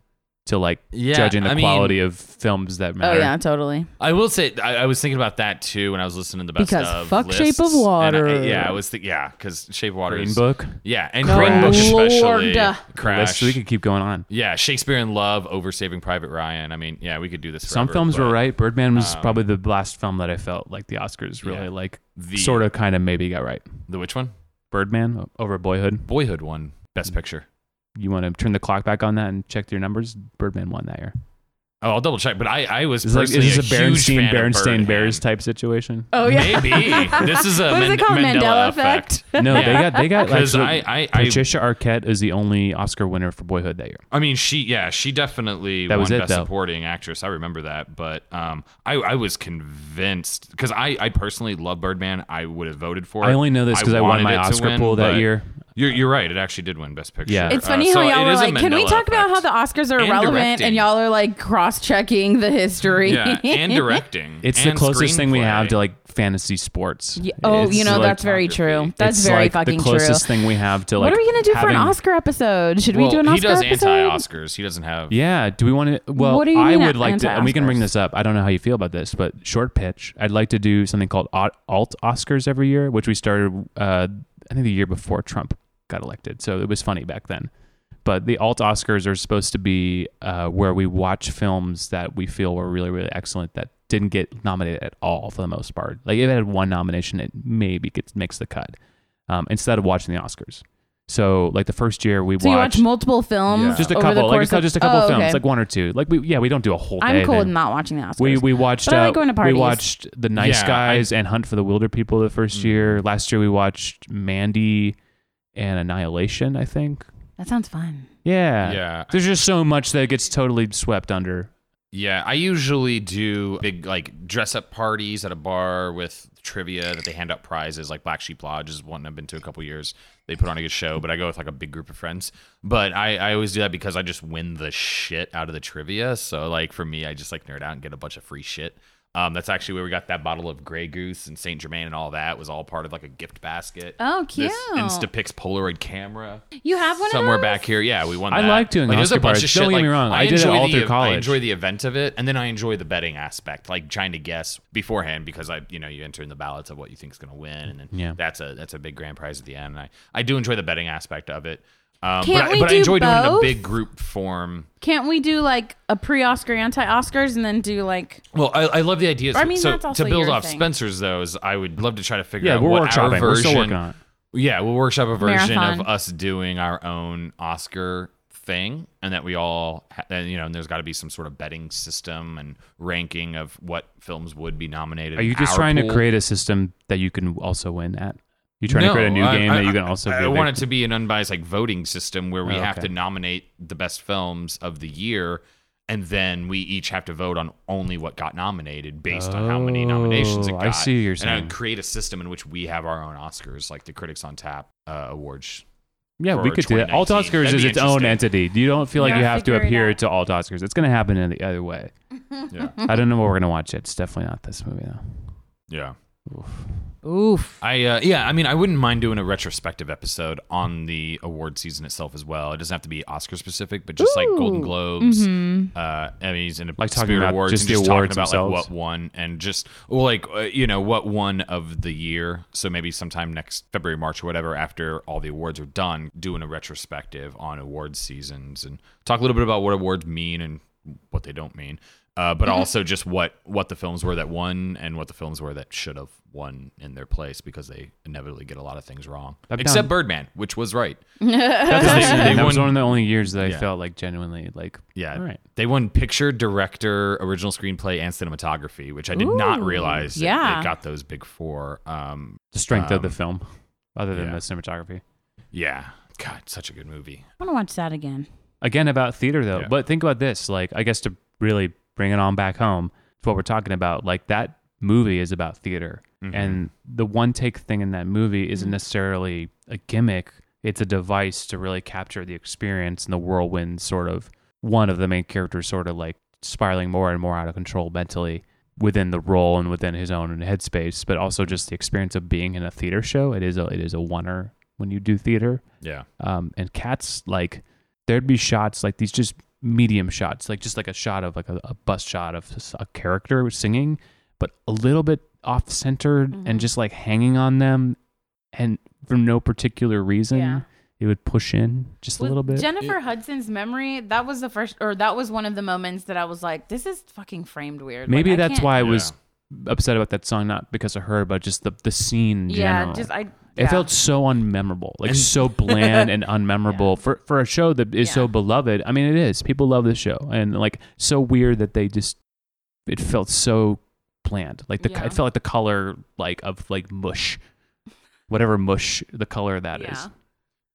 to like Yeah, judging the I mean- quality of films that Oh matter? yeah, totally. I will say I, I was thinking about that too when I was listening to the best Because of fuck lists, Shape of and I- Water. yeah, I was think yeah because Shape of Water Green is Book. yeah and Good Green Book Lord. especially List- Crash. We could keep going on. yeah, Shakespeare in Love over Saving Private Ryan. I mean, yeah, we could do this. Some forever, films but were right. Birdman was um, probably the last film that I felt like the Oscars really Yeah. like The sort of kind of maybe got right. the which one? Birdman o- over Boyhood. Boyhood won Best Picture. You want to turn the clock back on that and check your numbers? Birdman won that year. Oh, I'll double check. But I, I was Is, like, personally is this a a huge Berenstain fan of Berenstain Birdhand. Bears type situation? Oh yeah. Maybe this is a What is Man- it called? Mandela, Mandela effect. effect? No, they Yeah. got they got like Because so I, I, I, Patricia Arquette is the only Oscar winner for Boyhood that year. I mean, she, yeah, she definitely That won was it, best though. supporting actress. I remember that, but um, I, I was convinced because I, I personally love Birdman. I would have voted for. I it. only know this because I, won wanted my it to Oscar win, pool that but year. You're, you're right. It actually did win best picture. Yeah. It's Uh, funny so how y'all it were is a like, can we Mandela talk about how effect." the Oscars are And irrelevant? And directing. y'all are like cross checking the history. yeah, and directing. It's and the closest thing we screenplay. have to like fantasy sports. Yeah, Oh, It's you know like- that's very true. photography. That's it's very like fucking the true. closest thing we have to like. what are we gonna do for an having- Oscar episode? Should we do an Well, Oscar he does episode? anti-Oscars. He doesn't have. Yeah. Do we want to? Well, What do you I mean would like to, and we can bring anti-Oscars? this up. I don't know how you feel about this, but short pitch. I'd like to do something called alt alt Oscars every year, which we started, uh, I think, the year before Trump got elected. So it was funny back then. But the alt Oscars are supposed to be uh, where we watch films that we feel were really, really excellent that didn't get nominated at all for the most part. Like if it had one nomination, it maybe gets makes the cut. Um, instead of watching the Oscars. So like the first year we So you watched watch multiple films? Yeah. just a over the couple, like course it's not of- just a couple Oh, films, okay. like one or two. Like we, yeah, we don't do a whole. I'm day cool then. with not watching the Oscars. We we watched. But I like uh, going to We parties. watched The Nice Yeah, I- Guys and Hunt for the Wilder People the 1st Mm. year. Last year we watched Mandy and Annihilation. I think. that sounds fun. Yeah. Yeah. There's just so much that gets totally swept under. Yeah, I usually do big like dress up parties at a bar with trivia that they hand out prizes. Like Black Sheep Lodge is one I've been to a couple years. They put on a good show, but I go with like a big group of friends. But I, I always do that because I just win the shit out of the trivia. So like for me, I just like nerd out and get a bunch of free shit. Um, that's actually where we got that bottle of Grey Goose and Saint Germain and all that was all part of like a gift basket. Oh, cute. This Instapix Polaroid camera You have one somewhere of those? back here. Yeah, we won. I that. like doing Like, there's Oscar a bunch parties. of shit. Don't get me like, wrong. I did it enjoy all the, through college. I enjoy the event of it, and then I enjoy the betting aspect, like trying to guess beforehand because I, you know, you enter in the ballots of what you think is going to win, and then Yeah. that's a that's a big grand prize at the end. And I I do enjoy the betting aspect of it. Um, Can't but we I, but do I enjoy doing it in both? a big group form. Can't we do like a pre-Oscar, anti-Oscars, and then do like? Well, I, I love the idea. So, I mean, so that's also to build your off thing. Spencer's, though, is I would love to try to figure Yeah, out we're what our workshopping. version. We're still working on it. Yeah, we'll workshop a version Marathon. of us doing our own Oscar thing, and that we all, ha- and, you know, and there's got to be some sort of betting system and ranking of what films would be nominated. Are you in just our trying pool. to create a system that you can also win at? You trying to No, create a new I- game I- that you can I- also? I, be a want it victim? to be an unbiased like voting system where we Oh, have okay. to nominate the best films of the year, and then we each have to vote on only what got nominated based on how many nominations it Oh, got. I see what you're And I saying. would create a system in which we have our own Oscars, like the Critics on Tap uh, awards. Yeah, we for could do that. Alt 2019. Oscars That'd is be its own interesting. entity. You don't feel like Yeah. you have to Figure it appear out. to Alt Oscars. It's going to happen in the other way. Yeah, I don't know what we're going to watch yet. It's definitely not this movie though. yeah. Oof. I uh, yeah, I mean, I wouldn't mind doing a retrospective episode on the award season itself as well. It doesn't have to be Oscar specific, but just like Golden Ooh. Globes, uh, Emmys, and Mm-hmm. Like talking Spirit about Awards, just and the just awards talking about themselves. like what won and just well, like uh, you know what won of the year. So maybe sometime next February, March, or whatever, after all the awards are done, doing a retrospective on award seasons and talk a little bit about what awards mean and what they don't mean. Uh, but also just what what the films were that won and what the films were that should have won in their place because they inevitably get a lot of things wrong. That'd be Except dumb. Birdman, which was right. That's They- they that was won- one of the only years that I Yeah. felt like genuinely like. Yeah, All right. they won picture, director, original screenplay, and cinematography, which I did not Ooh, realize. that yeah. they got those big four. Um, The strength of the Um, film, other than yeah. the cinematography. yeah, God, such a good movie. I want to watch that again. Again, about theater though. Yeah. But think about this. Like, I guess to really bring it on back home to what we're talking about, like that movie is about theater. Mhm. And the one take thing in that movie isn't necessarily a gimmick, it's a device to really capture the experience and the whirlwind sort of one of the main characters sort of like spiraling more and more out of control mentally within the role and within his own headspace, but also just the experience of being in a theater show. It is a it is a oneer when you do theater. Yeah. Um, and cats like there'd be shots like these just medium shots, like just like a shot of like a, a bust shot of s- a character singing, but a little bit off centered Mhm. and just like hanging on them, and for no particular reason, Yeah. it would push in just a With little bit. Jennifer Hudson's memory, that was the first, or that was one of the moments that I was like, this is fucking framed weird. Maybe Like, I that's can't- why I was upset about that song, not because of her, but just the the scene. in Yeah, general. just I. It yeah. felt so unmemorable, like And- so bland and unmemorable for for a show that is Yeah. so beloved. I mean, it is. People love this show, and like so weird that they just it felt so bland. Like the co- Yeah. it felt like the color like of like mush, whatever mush the color that is. Yeah.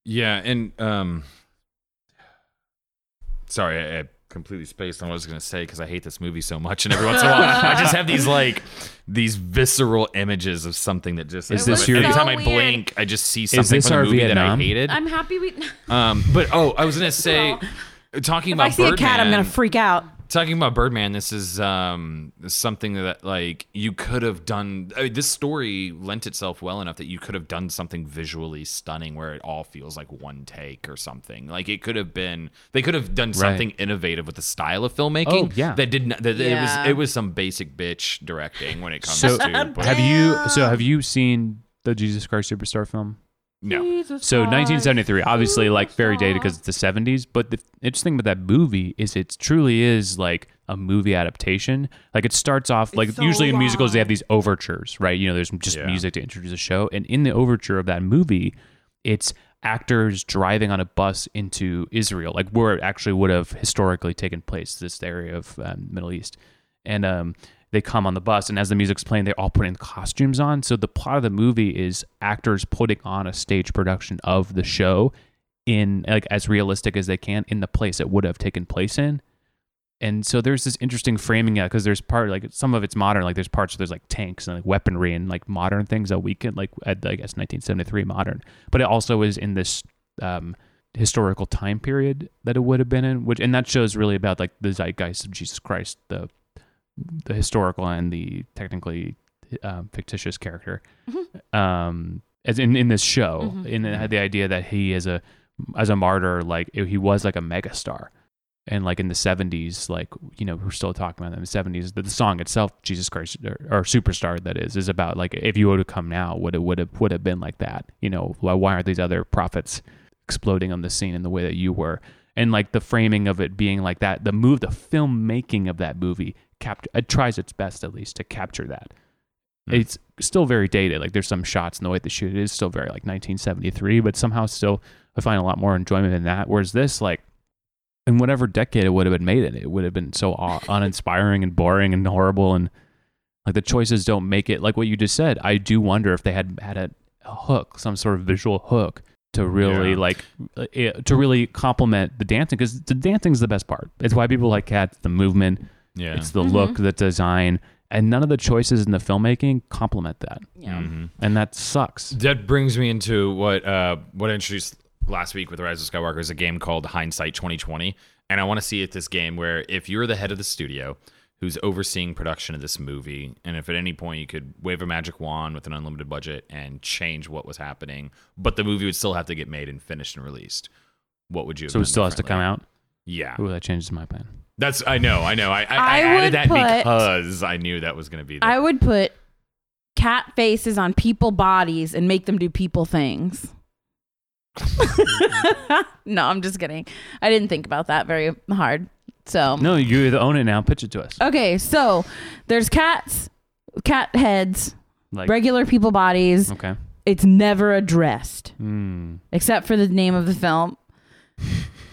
Yeah, and um, sorry, I, I completely spaced on what I was gonna say because I hate this movie so much, and every once in a while I just have these like these visceral images of something that just. Is I- this your- Anytime I So weird. blink, I just see something this from the our movie Vietnam? that I hated. I'm happy we. Um, but oh, I was gonna say, talking If about I see Birdman, a cat, I'm gonna freak out. talking about Birdman, this is um, something that like you could have done. I mean, this story lent itself well enough that you could have done something visually stunning where it all feels like one take or something. Like it could have been, they could have done something innovative with the style of filmmaking. Oh, yeah. that didn't. That, that It Yeah. was it was some basic bitch directing when it comes So- to. but- Have you? So have you seen the Jesus Christ Superstar film? no. So 1973, obviously, like very dated because it's the 70s. But the interesting thing about that movie is it truly is like a movie adaptation. Like it starts off like so usually in musicals they have long. these overtures, right? You know, there's just Yeah. music to introduce a show, and in the overture of that movie, it's actors driving on a bus into Israel, like where it actually would have historically taken place, this area of um, Middle East, and um. They come on the bus, and as the music's playing, they're all putting costumes on. So the plot of the movie is actors putting on a stage production of the show in like as realistic as they can in the place it would have taken place in. And so there's this interesting framing because there's part like some of it's modern, like there's parts where there's like tanks and like weaponry and like modern things that we can like at, I guess 1973 modern, but it also is in this um, historical time period that it would have been in, which and that shows really about like the zeitgeist of Jesus Christ, the the historical and the technically um, fictitious character, um, as in in this show, and it had the idea that he is a as a martyr, like he was like a megastar. And like in the '70s, like you know, we're still talking about that in the '70s. The, the song itself, "Jesus Christ" or, or "Superstar," that is, is about like if you would have come now, would it would have would have been like that? You know, why why aren't these other prophets exploding on the scene in the way that you were? And like the framing of it being like that, the move, the filmmaking of that movie capt- it tries its best at least to capture that. It's still very dated. Like there's some shots in the way they shoot it is still very like 1973, but somehow still I find a lot more enjoyment in that. Whereas this, like, in whatever decade it would have been made in, it would have been so aw- uninspiring and boring and horrible, and like the choices don't make it. Like what you just said, I do wonder if they had had a, a hook, some sort of visual hook to really Yeah. like uh, it- to really complement the dancing because the dancing's the best part. It's why people like cats, the movement, Yeah. it's Mm-hmm. the look, the design, and none of the choices in the filmmaking complement that, Yeah. and that sucks. That brings me into what uh, what I introduced last week with Rise of Skywalker is a game called Hindsight 2020, and I want to see if this game where if you're the head of the studio who's overseeing production of this movie, and if at any point you could wave a magic wand with an unlimited budget and change what was happening, but the movie would still have to get made and finished and released, what would you? Have So it done still has to come differently? out. Yeah, Ooh, that changes my plan. that's I know, I know. I I, I, I would added that put- because I knew that was going to be. The, I would put cat faces on people bodies and make them do people things. no, I'm just kidding. I didn't think about that very hard. So No, you own it now. Pitch it to us. okay, so there's cats, cat heads, Like, regular people bodies. okay. It's never addressed Mm. except for the name of the film.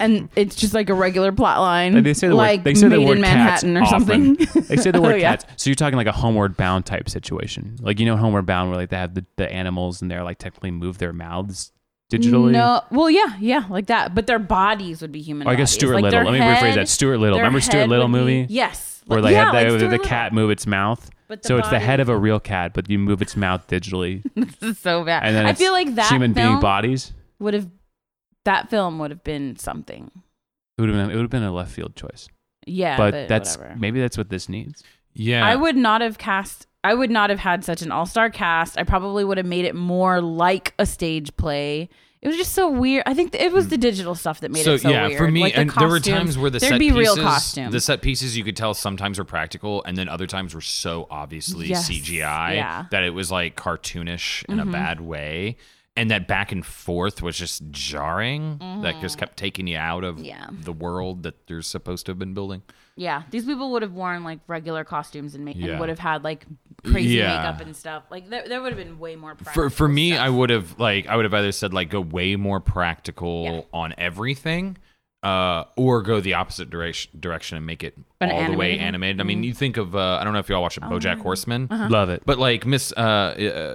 And it's just like a regular plot line. And they say the word- like they say the made word in cats Manhattan or often. something. They say the word Oh, yeah. cats. So you're talking like a homeward bound type situation. Like you know homeward bound where like they have the, the animals and they're like technically move their mouths digitally. No, well, yeah, yeah, like that. But their bodies would be human. Or I guess bodies. Stuart Like, Little. their Let me rephrase head- that. Stuart Little. their Remember Stuart head Little would be- movie? Yes. Where Like- they yeah, had like the, the, Stuart cat Little. move its mouth. But the so it's the body- head of a real cat, but you move its mouth digitally, This is so bad. and then I it's feel like that human being film bodies. would have that film would have been something. It would have been it would have been a left field choice, Yeah, but, but, that's whatever. maybe that's what this needs. yeah, I would not have cast I would not have had such an all star cast. I probably would have made it more like a stage play. It was just so weird. I think th- it was the digital stuff that made so it so yeah, weird. for me, Like, the and there were costumes- times where the there'd set be pieces, real costumes. the set pieces, you could tell sometimes were practical, and then other times were so obviously Yes, CGI yeah. Mm-hmm. that it was like cartoonish in a bad way, and that back and forth was just jarring. That just kept taking you out of Mm-hmm. Yeah. the world that you're supposed to have been building. yeah, these people would have worn like regular costumes and, ma- Yeah. and would have had like crazy Yeah. makeup and stuff. Like there, there would have been way more. for practical for me, stuff. I would have like I would have either said like go way more practical Yeah. on everything, uh, or go the opposite direction direction and make it An all the way animated? Mm-hmm. Oh, animated. I mean, you think of uh, I don't know if y'all watch BoJack Horseman, Uh-huh. Love it. but like Miss uh,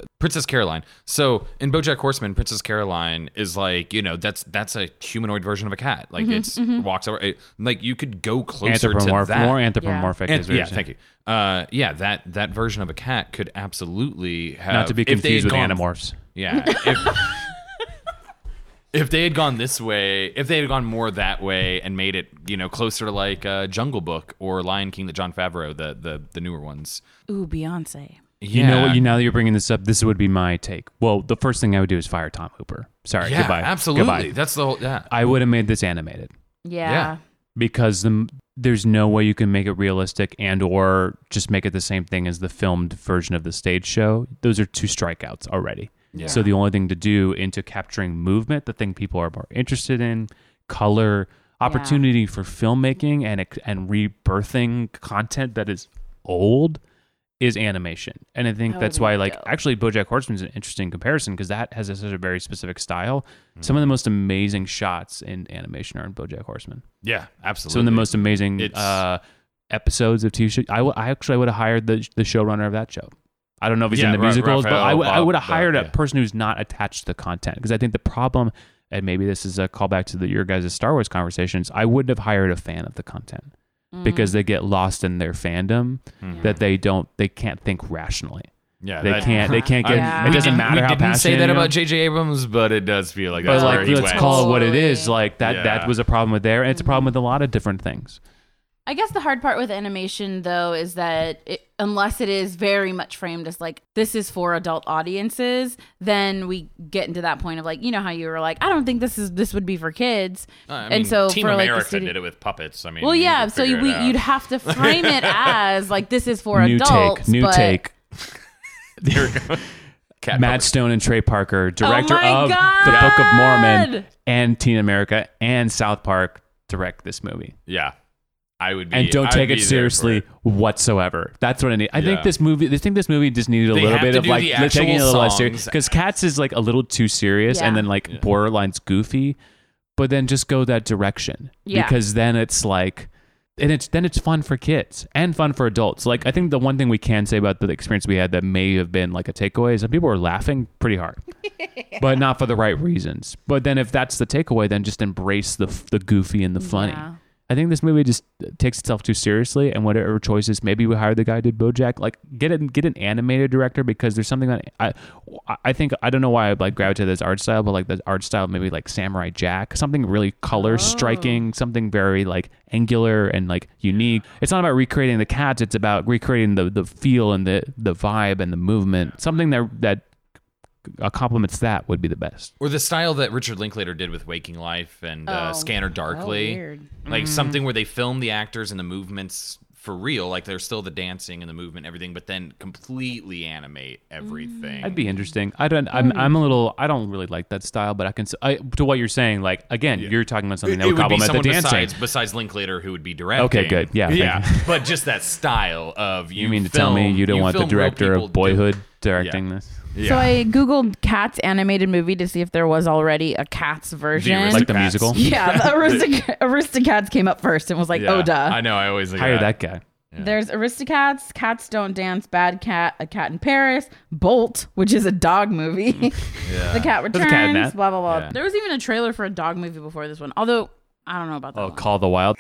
uh, Princess Caroline. So in BoJack Horseman, Princess Caroline is like you know that's that's a humanoid version of a cat. Like Mm-hmm, it's walks over. It, like you could go closer to Anthropomorph, that. more anthropomorphic. And- is what yeah, you're saying. thank you. Uh, yeah, that that version of a cat could absolutely have Not to be if they had confused with gone- animorphs. yeah. If, if they had gone this way, if they had gone more that way and made it, you know, closer to like uh, Jungle Book or Lion King, the John Favreau, the the, the newer ones. Ooh, Beyonce. Yeah. You know what? You now that you're bringing this up, this would be my take. Well, the first thing I would do is fire Tom Hooper. Sorry, yeah, goodbye. absolutely. Goodbye. That's the whole. Yeah. I would have made this animated Yeah. Yeah. because the, there's no way you can make it realistic and or just make it the same thing as the filmed version of the stage show. Those are two strikeouts already. Yeah. So the only thing to do into capturing movement, the thing people are more interested in, color, opportunity for filmmaking and ex- and rebirthing content that is old is animation. And I think That that's would've why been like dope. actually BoJack Horseman's an interesting comparison because that has a, such a very specific style. Some of the most amazing shots in animation are in BoJack Horseman. Yeah. Absolutely. Some of the most amazing It's- uh, episodes of TV show. I w- I actually would have hired the the showrunner of that show. I don't know if he's Yeah, in the Ra- musicals, but I Raphael Bob- would have hired Bob, a yeah. person who's not attached to the content because I think the problem, and maybe this is a callback to the, your guys' Star Wars conversations. I wouldn't have hired a fan of the content Mm-hmm. because they get lost in their fandom that they don't they can't think rationally. Yeah. They that- can't they can't get. Yeah. It we doesn't didn't- matter we how didn't passionate say that you are. about J.J. Abrams, but it does feel like But that's where like, he let's went. call it what it is. Totally. Like that. Yeah. That was a problem with there, and it's a problem with a lot of different things. I guess the hard part with animation, though, is that it, unless it is very much framed as like this is for adult audiences, then we get into that point of like you know how you were like I don't think this is this would be for kids, Uh, I mean, and so Team for America like a studio- did it with puppets. I mean, well, you yeah, could so figure you, it we, out. you'd have to frame it as like this is for new adults. take. New but- take. Cat Matt Stone and Trey Parker, director Oh my of The Book of Mormon God! and Teen America and South Park, direct this movie. Yeah, I would be. And don't I'd take be it there for seriously whatsoever. That's what I need. I think Yeah. this movie, I think this movie just needed a They little have bit to of do like the li- taking it actual a little less serious songs. because Cats is like a little too serious Yeah. and then like borderline's goofy, but then just go that direction Yeah. because then it's like. And it's then it's fun for kids and fun for adults. Like I think the one thing we can say about the experience we had that may have been like a takeaway is that people were laughing pretty hard but not for the right reasons. But then if that's the takeaway, then just embrace the the goofy and the funny. Yeah. I think this movie just takes itself too seriously, and whatever choices, maybe we hired the guy who did BoJack. Like, get it, get an animated director because there's something that I, I think I don't know why I like gravitate to this art style, but like the art style, maybe like Samurai Jack, something really color striking, something very like angular and like unique. It's not about recreating the cats; it's about recreating the the feel and the the vibe and the movement. Something that that uh, complements that would be the best. Or the style that Richard Linklater did with Waking Life and uh, Oh. Scanner Darkly. weird. Mm. Like something where they film the actors and the movements for real. Like there's still the dancing and the movement, and everything, but then completely animate Mm. everything. That'd be interesting. I don't. I'm. I'm a little. I don't really like that style, but I can. s I to what you're saying, like again, you're talking about something It that would would be complement the someone dancing. besides, besides Linklater who would be directing. Okay, good. Yeah, thank yeah. but just that style of you. you mean to tell me film- you don't want the film real director people of do- Boyhood directing this? Yeah. So I googled cats animated movie to see if there was already a cats version. Like the Aristocrats. musical? yeah, the Aristoc- Aristocats came up first and was like, Yeah, oh duh. I know. I always like Hire that guy. There's Aristocats, Cats Don't Dance, Bad Cat, A Cat in Paris, Bolt, which is a dog movie. the Cat a Returns, cat in that. blah blah blah. Yeah. There was even a trailer for a dog movie before this one. Although I don't know about that. Oh, one. Call the Wild.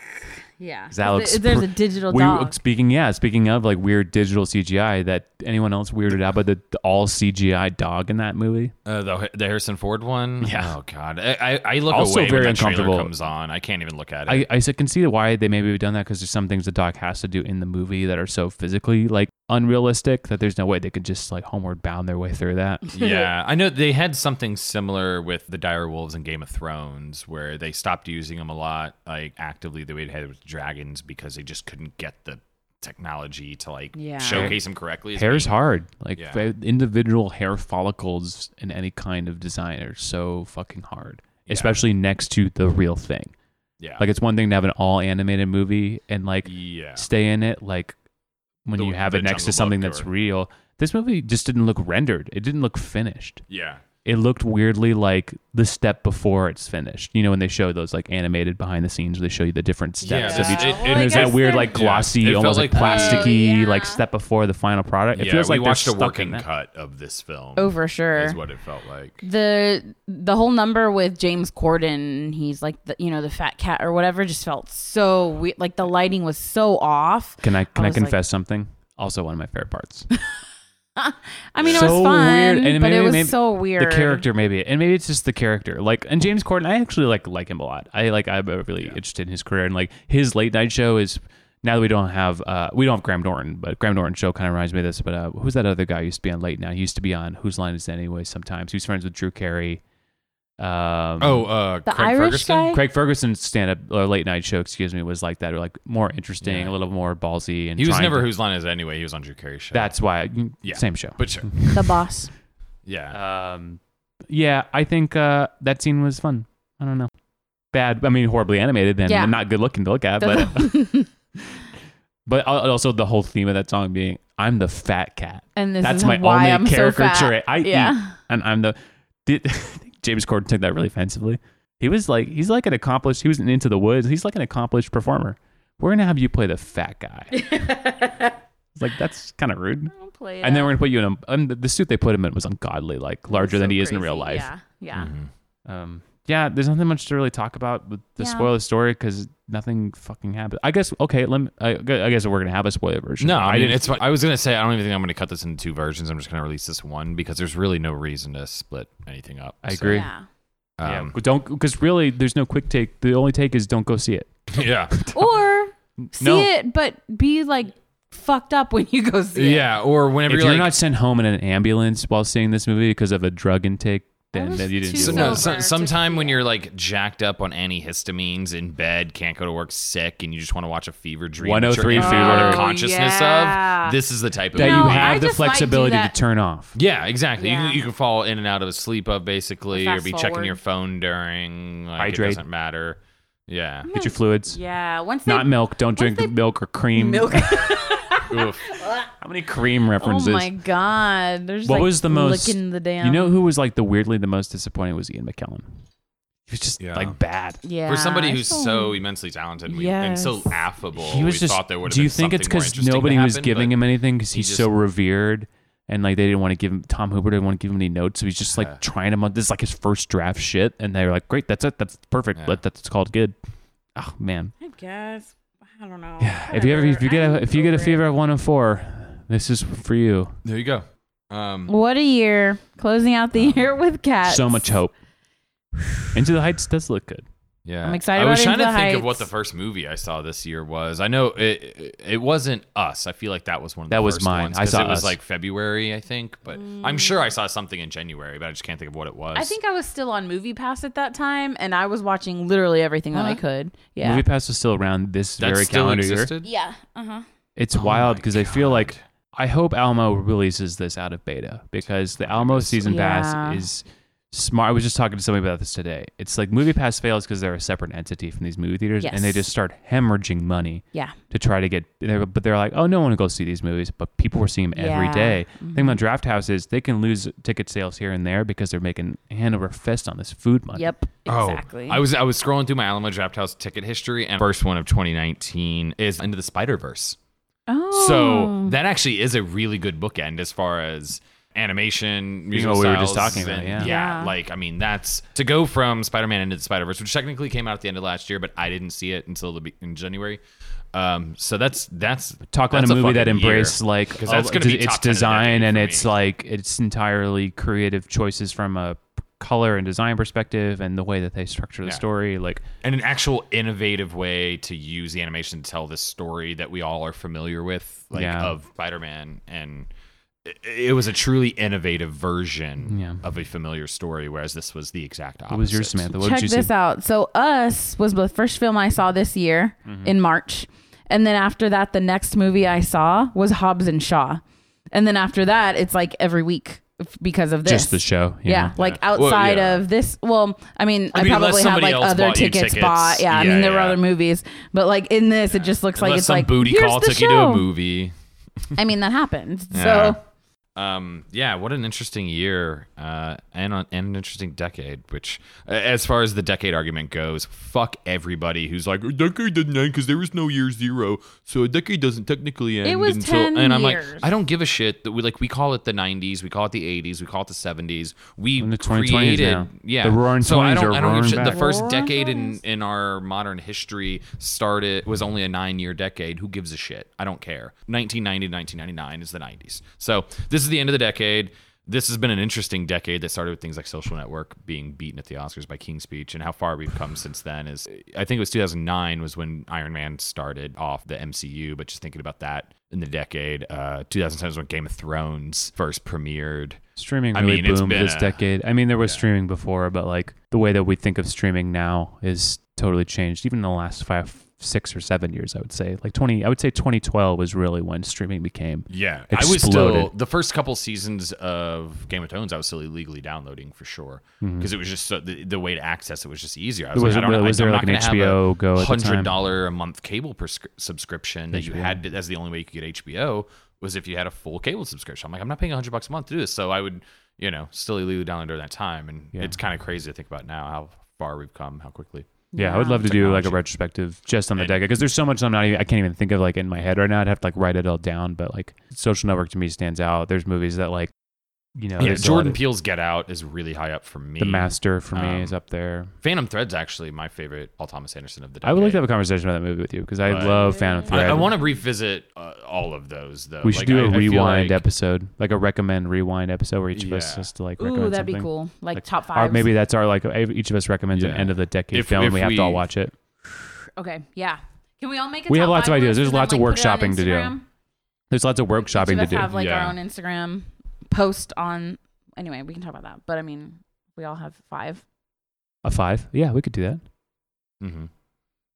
yeah. That looks There's pr- a digital We dog. speaking. Yeah, speaking of like weird digital CGI, that anyone else weirded out by the, the all CGI dog in that movie? Uh, the the Harrison Ford one. Yeah. Oh God, I I, I look Also away very when that trailer uncomfortable. comes on. I can't even look at it. I, I s- can see why they maybe have done that because there's some things the doc has to do in the movie that are so physically like unrealistic that there's no way they could just like homeward bound their way through that. yeah, I know they had something similar with the dire wolves in Game of Thrones, where they stopped using them a lot, like actively the way they had with dragons, because they just couldn't get the technology to like Yeah. showcase them correctly. as Hair's being- hard. Like Yeah. fa- individual hair follicles in any kind of design are so fucking hard, Yeah. especially next to the real thing. Yeah, Like it's one thing to have an all animated movie and like yeah, stay in it like when The- you have the it next to Jungle something Book that's or- real. This movie just didn't look rendered. It didn't look finished. yeah, It looked weirdly like the step before it's finished. You know, when they show those like animated behind the scenes where they show you the different steps Yeah. of each it- it- and I there's that guess weird they're- like Yeah. glossy, It felt almost like, like the- plasticky, Oh, yeah. like step before the final product. It yeah, feels we like they're watched a stuck in working that. cut of this film. Oh, for sure. is what it felt like. the the whole number with James Corden, he's like the you know the fat cat or whatever, just felt so weird. Like the lighting was so off. Can I can I, was like- confess something? Also, one of my favorite parts. I mean, it So was fun, weird, and it but it maybe- was maybe so weird. The character, maybe, and maybe it's just the character. Like, and James Corden, I actually like like him a lot. I like I'm uh, really interested in his career, and like his late night show is now that we don't have uh we don't have Graham Norton, but Graham Norton show kind of reminds me of this. But uh, who's that other guy who used to be on late now? He used to be on Whose Line Is It Anyway? Sometimes he was friends with Drew Carey. Um, Oh, uh, The Craig Irish Ferguson. guy? Craig Ferguson's stand up or late night show, excuse me, was like that, or like more interesting, Yeah. a little more ballsy, and He was trying never to- whose line is it anyway. He was on Drew Carey's show. That's why mm, Yeah. same show. but sure, the boss. yeah. Um, yeah, I think uh, that scene was fun. I don't know. Bad. I mean, horribly animated and Yeah. not good looking to look at, but but al- also the whole theme of that song being "I'm the fat cat." and this That's is my why only I'm So caricature. fat. I eat, yeah. and I'm the. Did, I think James Corden took that really offensively. He was like, he's like an accomplished. He was in Into the Woods. He's like an accomplished performer. We're gonna have you play the fat guy. It's like that's kind of rude. Don't play And then it. we're gonna put you in a. And the- the suit they put him in was ungodly, like larger than So he is in real crazy. life. Mm-hmm. Yeah. Yeah. Mhm. Um, yeah, there's nothing much to really talk about with the Yeah. spoiler story because nothing fucking happened. I guess okay. Let me. I, gu- I guess we're gonna have a spoiler version. No, I mean, didn't. It's. fine. I was gonna say I don't even think I'm gonna cut this into two versions. I'm just gonna release this one because there's really no reason to split anything up. I So, agree. Yeah. yeah, um, don't because really, there's no quick take. The only take is don't go see it. yeah. Or see No. it, but be like fucked up when you go see it. Yeah, or whenever If you're you're, like, not sent home in an ambulance while seeing this movie because of a drug intake, then, was then you didn't. too do so, it. no, sober so- to sometime see when it. you're like jacked up on antihistamines in bed, can't go to work, sick, and you just want to watch a fever dream, that 103 you're fever. out of Oh, consciousness yeah. of. This is the type of that No, you movie. have I the just might do flexibility that. to turn off. Yeah, exactly. You, Yeah. can, you can fall in and out of a sleep of basically, Or or be fast checking forward. your phone during. Like, Hydrate. It doesn't matter. Yeah. Get your fluids. Yeah. Once they Not milk. Don't drink they- milk or cream. milk. Oof. How many cream oh references? my god. There's What like was the most- licking the damn You know who was like the weirdly the most disappointing was Ian McKellen. He was just Yeah. like bad. yeah, For somebody who's so- so immensely talented we, and so Yes. affable, He was we just. thought there would have do you been think it's something more because interesting to nobody was happen, giving but- him anything because he's just- so revered and like they didn't want to give him Tom Hooper didn't want to give him any notes, so he's just like Yeah. trying him on. This is like his first draft shit, and they were like, "Great, that's it, that's perfect. Yeah. Let- that's called good." Oh man, I guess. I don't know. if you ever if you get a, Whatever. if you get a Over it. fever of 104, this is for you. There you go. Um, What a year. Closing out the year with cats. Oh. So much hope. Into the Heights does look good. yeah, I'm excited I was about trying to Into the think of what the Heights. first movie I saw this year was. I know it. It wasn't Us. I feel like that was one of the That was first mine. ones, I 'cause saw it was Us. Mm. like February, I think. But I'm sure I saw something in January, but I just can't think of what it was. I think I was still on Movie Pass at that time and I was watching literally everything that I could. Yeah. Movie Pass was still around this that very still calendar year. existed. yeah. Uh-huh. It's Oh wild my because I feel like God. I hope Alamo releases this out of beta because the Alamo season Yeah. pass is smart. I was just talking to somebody about this today. It's like Movie Pass fails because they're a separate entity from these movie theaters, and they Yes. just start hemorrhaging money Yeah. to try to get. they're- But they're like, oh, no one will go see these movies, but people were seeing them every Yeah. Mm-hmm. day. Thing about Draft House is they can lose ticket sales here and there because they're making hand over fist on this food money. Yep. Exactly. Oh, I was I was scrolling through my Alamo Draft House ticket history, and first one of 2019 is Into the Spider Verse. oh. So that actually is a really good bookend as far as animation, musical what we were just styles, talking about, and- yeah. Yeah. like I mean, that's to go from Spider-Man into the Spider-Verse, which technically came out at the end of last year, but I didn't see it until the be- in January. Um, so that's that's talk about that's a movie that fucking year. embraced like 'Cause that's all- gonna be its top 10 of the design decade and for it's me. like it's entirely creative choices from a color and design perspective and the way that they structure the Yeah. story. Like, and an actual innovative way to use the animation to tell this story that we all are familiar with, like Yeah. of Spider-Man, and i- it was a truly innovative version Yeah. of a familiar story, whereas this was the exact opposite. what was yours, Samantha? What Check did you this see? out. So Us was the first film I saw this year Mm-hmm. in March. And then after that, the next movie I saw was Hobbs and Shaw. And then after that, it's like every week f- because of this. Just the show. you Yeah, know? like Yeah. Well, outside yeah. of this. Well, I mean, I, I mean, unless probably have somebody like else other bought you tickets, tickets. bought. Yeah, I Yeah, mean, there were yeah. other movies, but like in this, it just looks like Unless it's some like booty "Here's call the took show. you to a movie. I mean, that happened. Yeah. So Um, yeah, what an interesting year uh, and, on, and an interesting decade, which, uh, as far as the decade argument goes, fuck everybody who's like, a decade didn't end because there was no year zero. So a decade doesn't technically end. was until, 10 And I'm like, years. I don't give a shit that we like, we call it the 90s, we call it the 80s, we call it the 70s. We And the 2020s created, now. yeah. The roaring so I 20s don't, are I don't give a roaring shit. The back. first Roaring decade in, in our modern history started, was only a nine year decade. Who gives a shit? I don't care. 1990 to 1999 is the 90s. So this is the end of the decade. This has been an interesting decade that started with things like Social Network being beaten at the Oscars by King's Speech, and how far we've come since then is I think it was 2009 was when Iron Man started off the MCU, but just thinking about that in the decade, uh, 2010 is when Game of Thrones first premiered. Streaming I really mean, it's boomed been this a- decade. I mean, there was streaming before, but like the way that we think of streaming now is totally changed. Even in the last five, six or seven years, I would say, like twenty, I would say twenty twelve was really when streaming became. Yeah, I was still Exploded. the first couple seasons of Game of Thrones. I was still illegally downloading for sure because it was just so, the, the way to access it was just easier. I was, Was like, Mm-hmm. it- I don't, was I, there I'm like not an gonna have a HBO Go at the time? hundred dollar a month cable prescri- subscription that you had to, that's the only way you could get HBO was if you had a full cable subscription. I'm like, I'm not paying hundred bucks a month to do this, so I would you know still illegally download during that time, and it's kind of crazy to think about now how far we've come, how quickly. Yeah, I would love to do like a retrospective just on the And- decade because there's so much I'm not even I can't even think of like in my head right now. I'd have to like write it all down, but like Social Network to me stands out. There's movies that like you know, yeah, there's a lot Jordan of- Peele's Get Out is really high up for me. The Master for me Um, is up there. Phantom Thread's actually my favorite Paul Thomas Anderson of the decade. I would like to have a conversation about that movie with you because I But- love Phantom I, Thread. I want to revisit uh, all of those though. we should Like, do I- a I feel rewind like- episode, like a recommend rewind episode where each of us Yeah. has to like recommend ooh, that'd be something. cool. Like, Like, top Or five. maybe that's our like each of us recommends an Yeah. end of the decade If- film. if and we have to all we- watch it. Okay, yeah. Can we all make? A We have top lots of five ideas. list There's and then, lots of like, put it on workshopping to do. Instagram? There's lots of Each workshopping of to us do. have like Yeah. our own Instagram post on. Anyway, we can talk about that. But I mean, we all have five. a five? Yeah, we could do that. Mhm.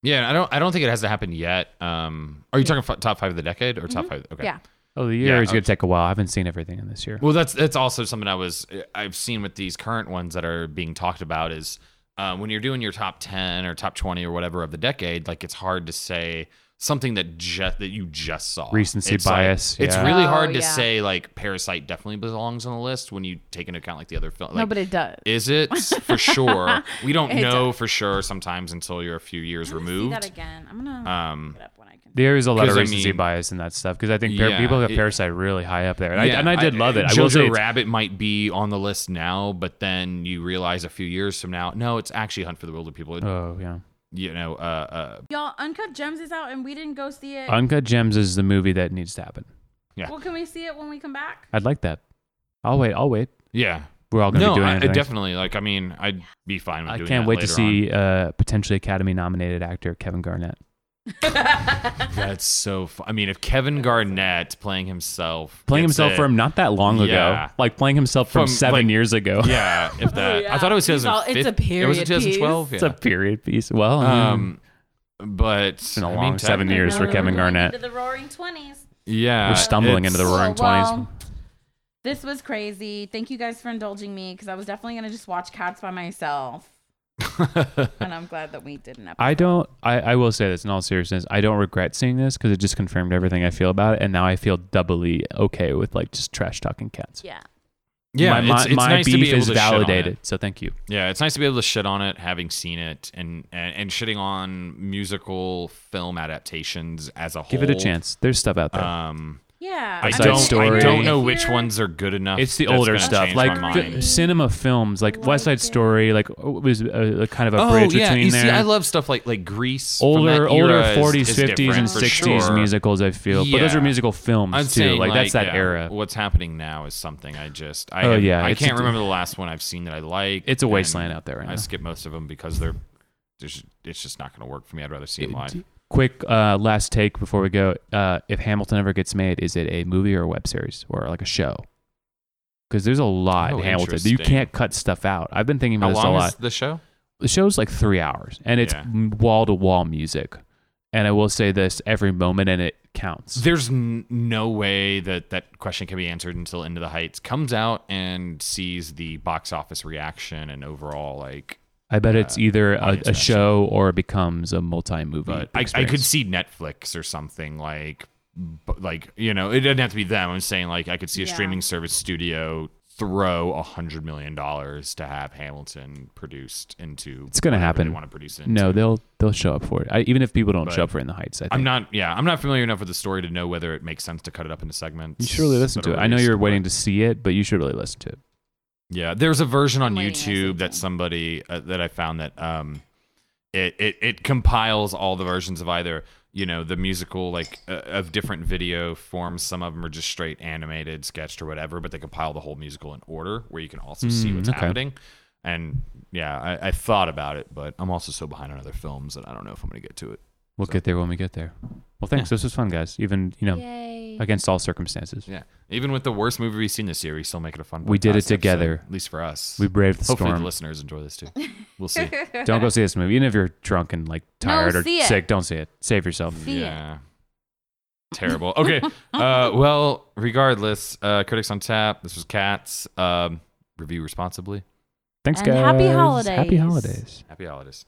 Yeah, I don't. I don't think it has to happen yet. Um, are you talking f- top five of the decade or top Mhm. five? Okay. Yeah. Oh, the year Yeah, is going okay. to take a while. I haven't seen everything in this year. Well, that's that's also something I was I've seen with these current ones that are being talked about is uh, when you're doing your top ten or top twenty or whatever of the decade, like it's hard to say something that just that you just saw. Recency It's like- bias, it's yeah. really Oh, hard to yeah. say like Parasite definitely belongs on the list when you take into account like the other film. no, like, but it does. Is it for sure? We don't It know for sure sometimes until you're a few years removed. again. I'm gonna Um, look it up when I can. There is a lot 'Cause of I recency mean- bias in that stuff because I think par- Yeah, people have it- Parasite really high up there, and, I, yeah, and I did love it. I Jojo will say, it's- Rabbit might be on the list now, but then you realize a few years from now, no, it's actually Hunt for the Wilder People. oh yeah, You know, uh, uh, Y'all, Uncut Gems is out, and we didn't go see it. Uncut Gems is the movie that needs to happen. well, can we see it when we come back? I'd like that. I'll wait. I'll wait. yeah. We're all going to No, be doing I, I it. definitely. Like, I mean, I'd be fine with I doing can't that wait to later see uh, potentially Academy nominated actor Kevin Garnett. on. That's so. Fu- I mean, if Kevin Garnett playing himself, Playing gets himself it- from not that long ago, Yeah. like playing himself from, From, seven like- years ago. Yeah, if that. I thought it was Oh, He's all- it's a 2015. It was period piece. 2012. It's yeah. a period piece. Well, um, Um, but it's been a long seven years for No, Kevin we're going Garnett. into the Roaring Twenties. Yeah, We're stumbling into the it's- roaring Cool, Oh, well, 20s. This was crazy. Thank you guys for indulging me because I was definitely gonna just watch Cats by myself, and I'm glad that we didn't. Have- I don't. I, I will say this in all seriousness. I don't regret seeing this because it just confirmed everything I feel about it, and now I feel doubly okay with like just trash talking cats. yeah. yeah, my, my, it's, it's my nice beef to be able is to shit on it. validated. So thank you. Yeah, it's nice to be able to shit on it, having seen it, and and, and shitting on musical film adaptations as a whole. Give it a chance. There's stuff out there. Um, Yeah. I Side don't, I Story. don't know If which you're- ones are good enough. It's the that's older gonna stuff, change my like mind. fi- cinema films, like West Like Side it. Story, like oh, was a, a kind of a bridge between Oh, you there. See, I love stuff like like Grease. from older that older era is- 40s is 50s and different for 60s sure. musicals i feel but those Yeah. are musical films I'm too saying like, like, that's that yeah, era What's happening now is something I just I Oh, have- yeah, I it's- can't remember the last one I've seen that I like. it's a and wasteland out there right I now skip most of them because they're there's it's just not going to work for me. I'd rather see them live. quick uh, last take before we go uh, if hamilton ever gets made is it a movie or a web series or like a show because there's a lot Oh, in hamilton you interesting. can't cut stuff out i've been thinking How about this a long lot is the show? the show's like three hours and it's Yeah. wall to wall music and i will say this every moment and it counts There's n- no way that that question can be answered until Into the Heights comes out and sees the box office reaction and overall like. i bet it's either a, audience a reaction. show or it becomes a multi-movie But I, I could experience. see Netflix or something like, but like you know, it doesn't have to be them. I'm saying like I could see a Yeah. streaming service studio throw a hundred million dollars to have Hamilton produced into. It's gonna whatever happen. They want to produce it. No, into. they'll they'll show up for it. I, even if people don't But show up for it in the heights, I think. I'm not. Yeah, I'm not familiar enough with the story to know whether it makes sense to cut it up into segments. You should really listen that are to it. I know released, you're but- waiting to see it, but you should really listen to it. Yeah, there's a version on I'm waiting, I see YouTube it that too. somebody uh, that I found that um, it, it it compiles all the versions of either you know the musical like uh, of different video forms. Some of them are just straight animated, sketched or whatever, but they compile the whole musical in order where you can also see Mm, what's okay. happening. And yeah, I, I thought about it, but I'm also so behind on other films that I don't know if I'm gonna get to it. We'll get there when we get there. Well, thanks. This was fun, guys. Even you know, Yay. against all circumstances, Yeah, even with the worst movie we've seen this year, we still make it a fun. We did podcast it episode, together. at least for us. we braved the Hopefully, the storm. listeners enjoy this too. We'll see. don't go see this movie, even if you're drunk and like tired or see it. sick. Don't see it. Save yourself. See it. yeah. Terrible. Okay. Uh, well, regardless, uh, critics on tap. This was Cats. Um, review responsibly. Thanks, And guys. happy Happy holidays. holidays. Happy holidays.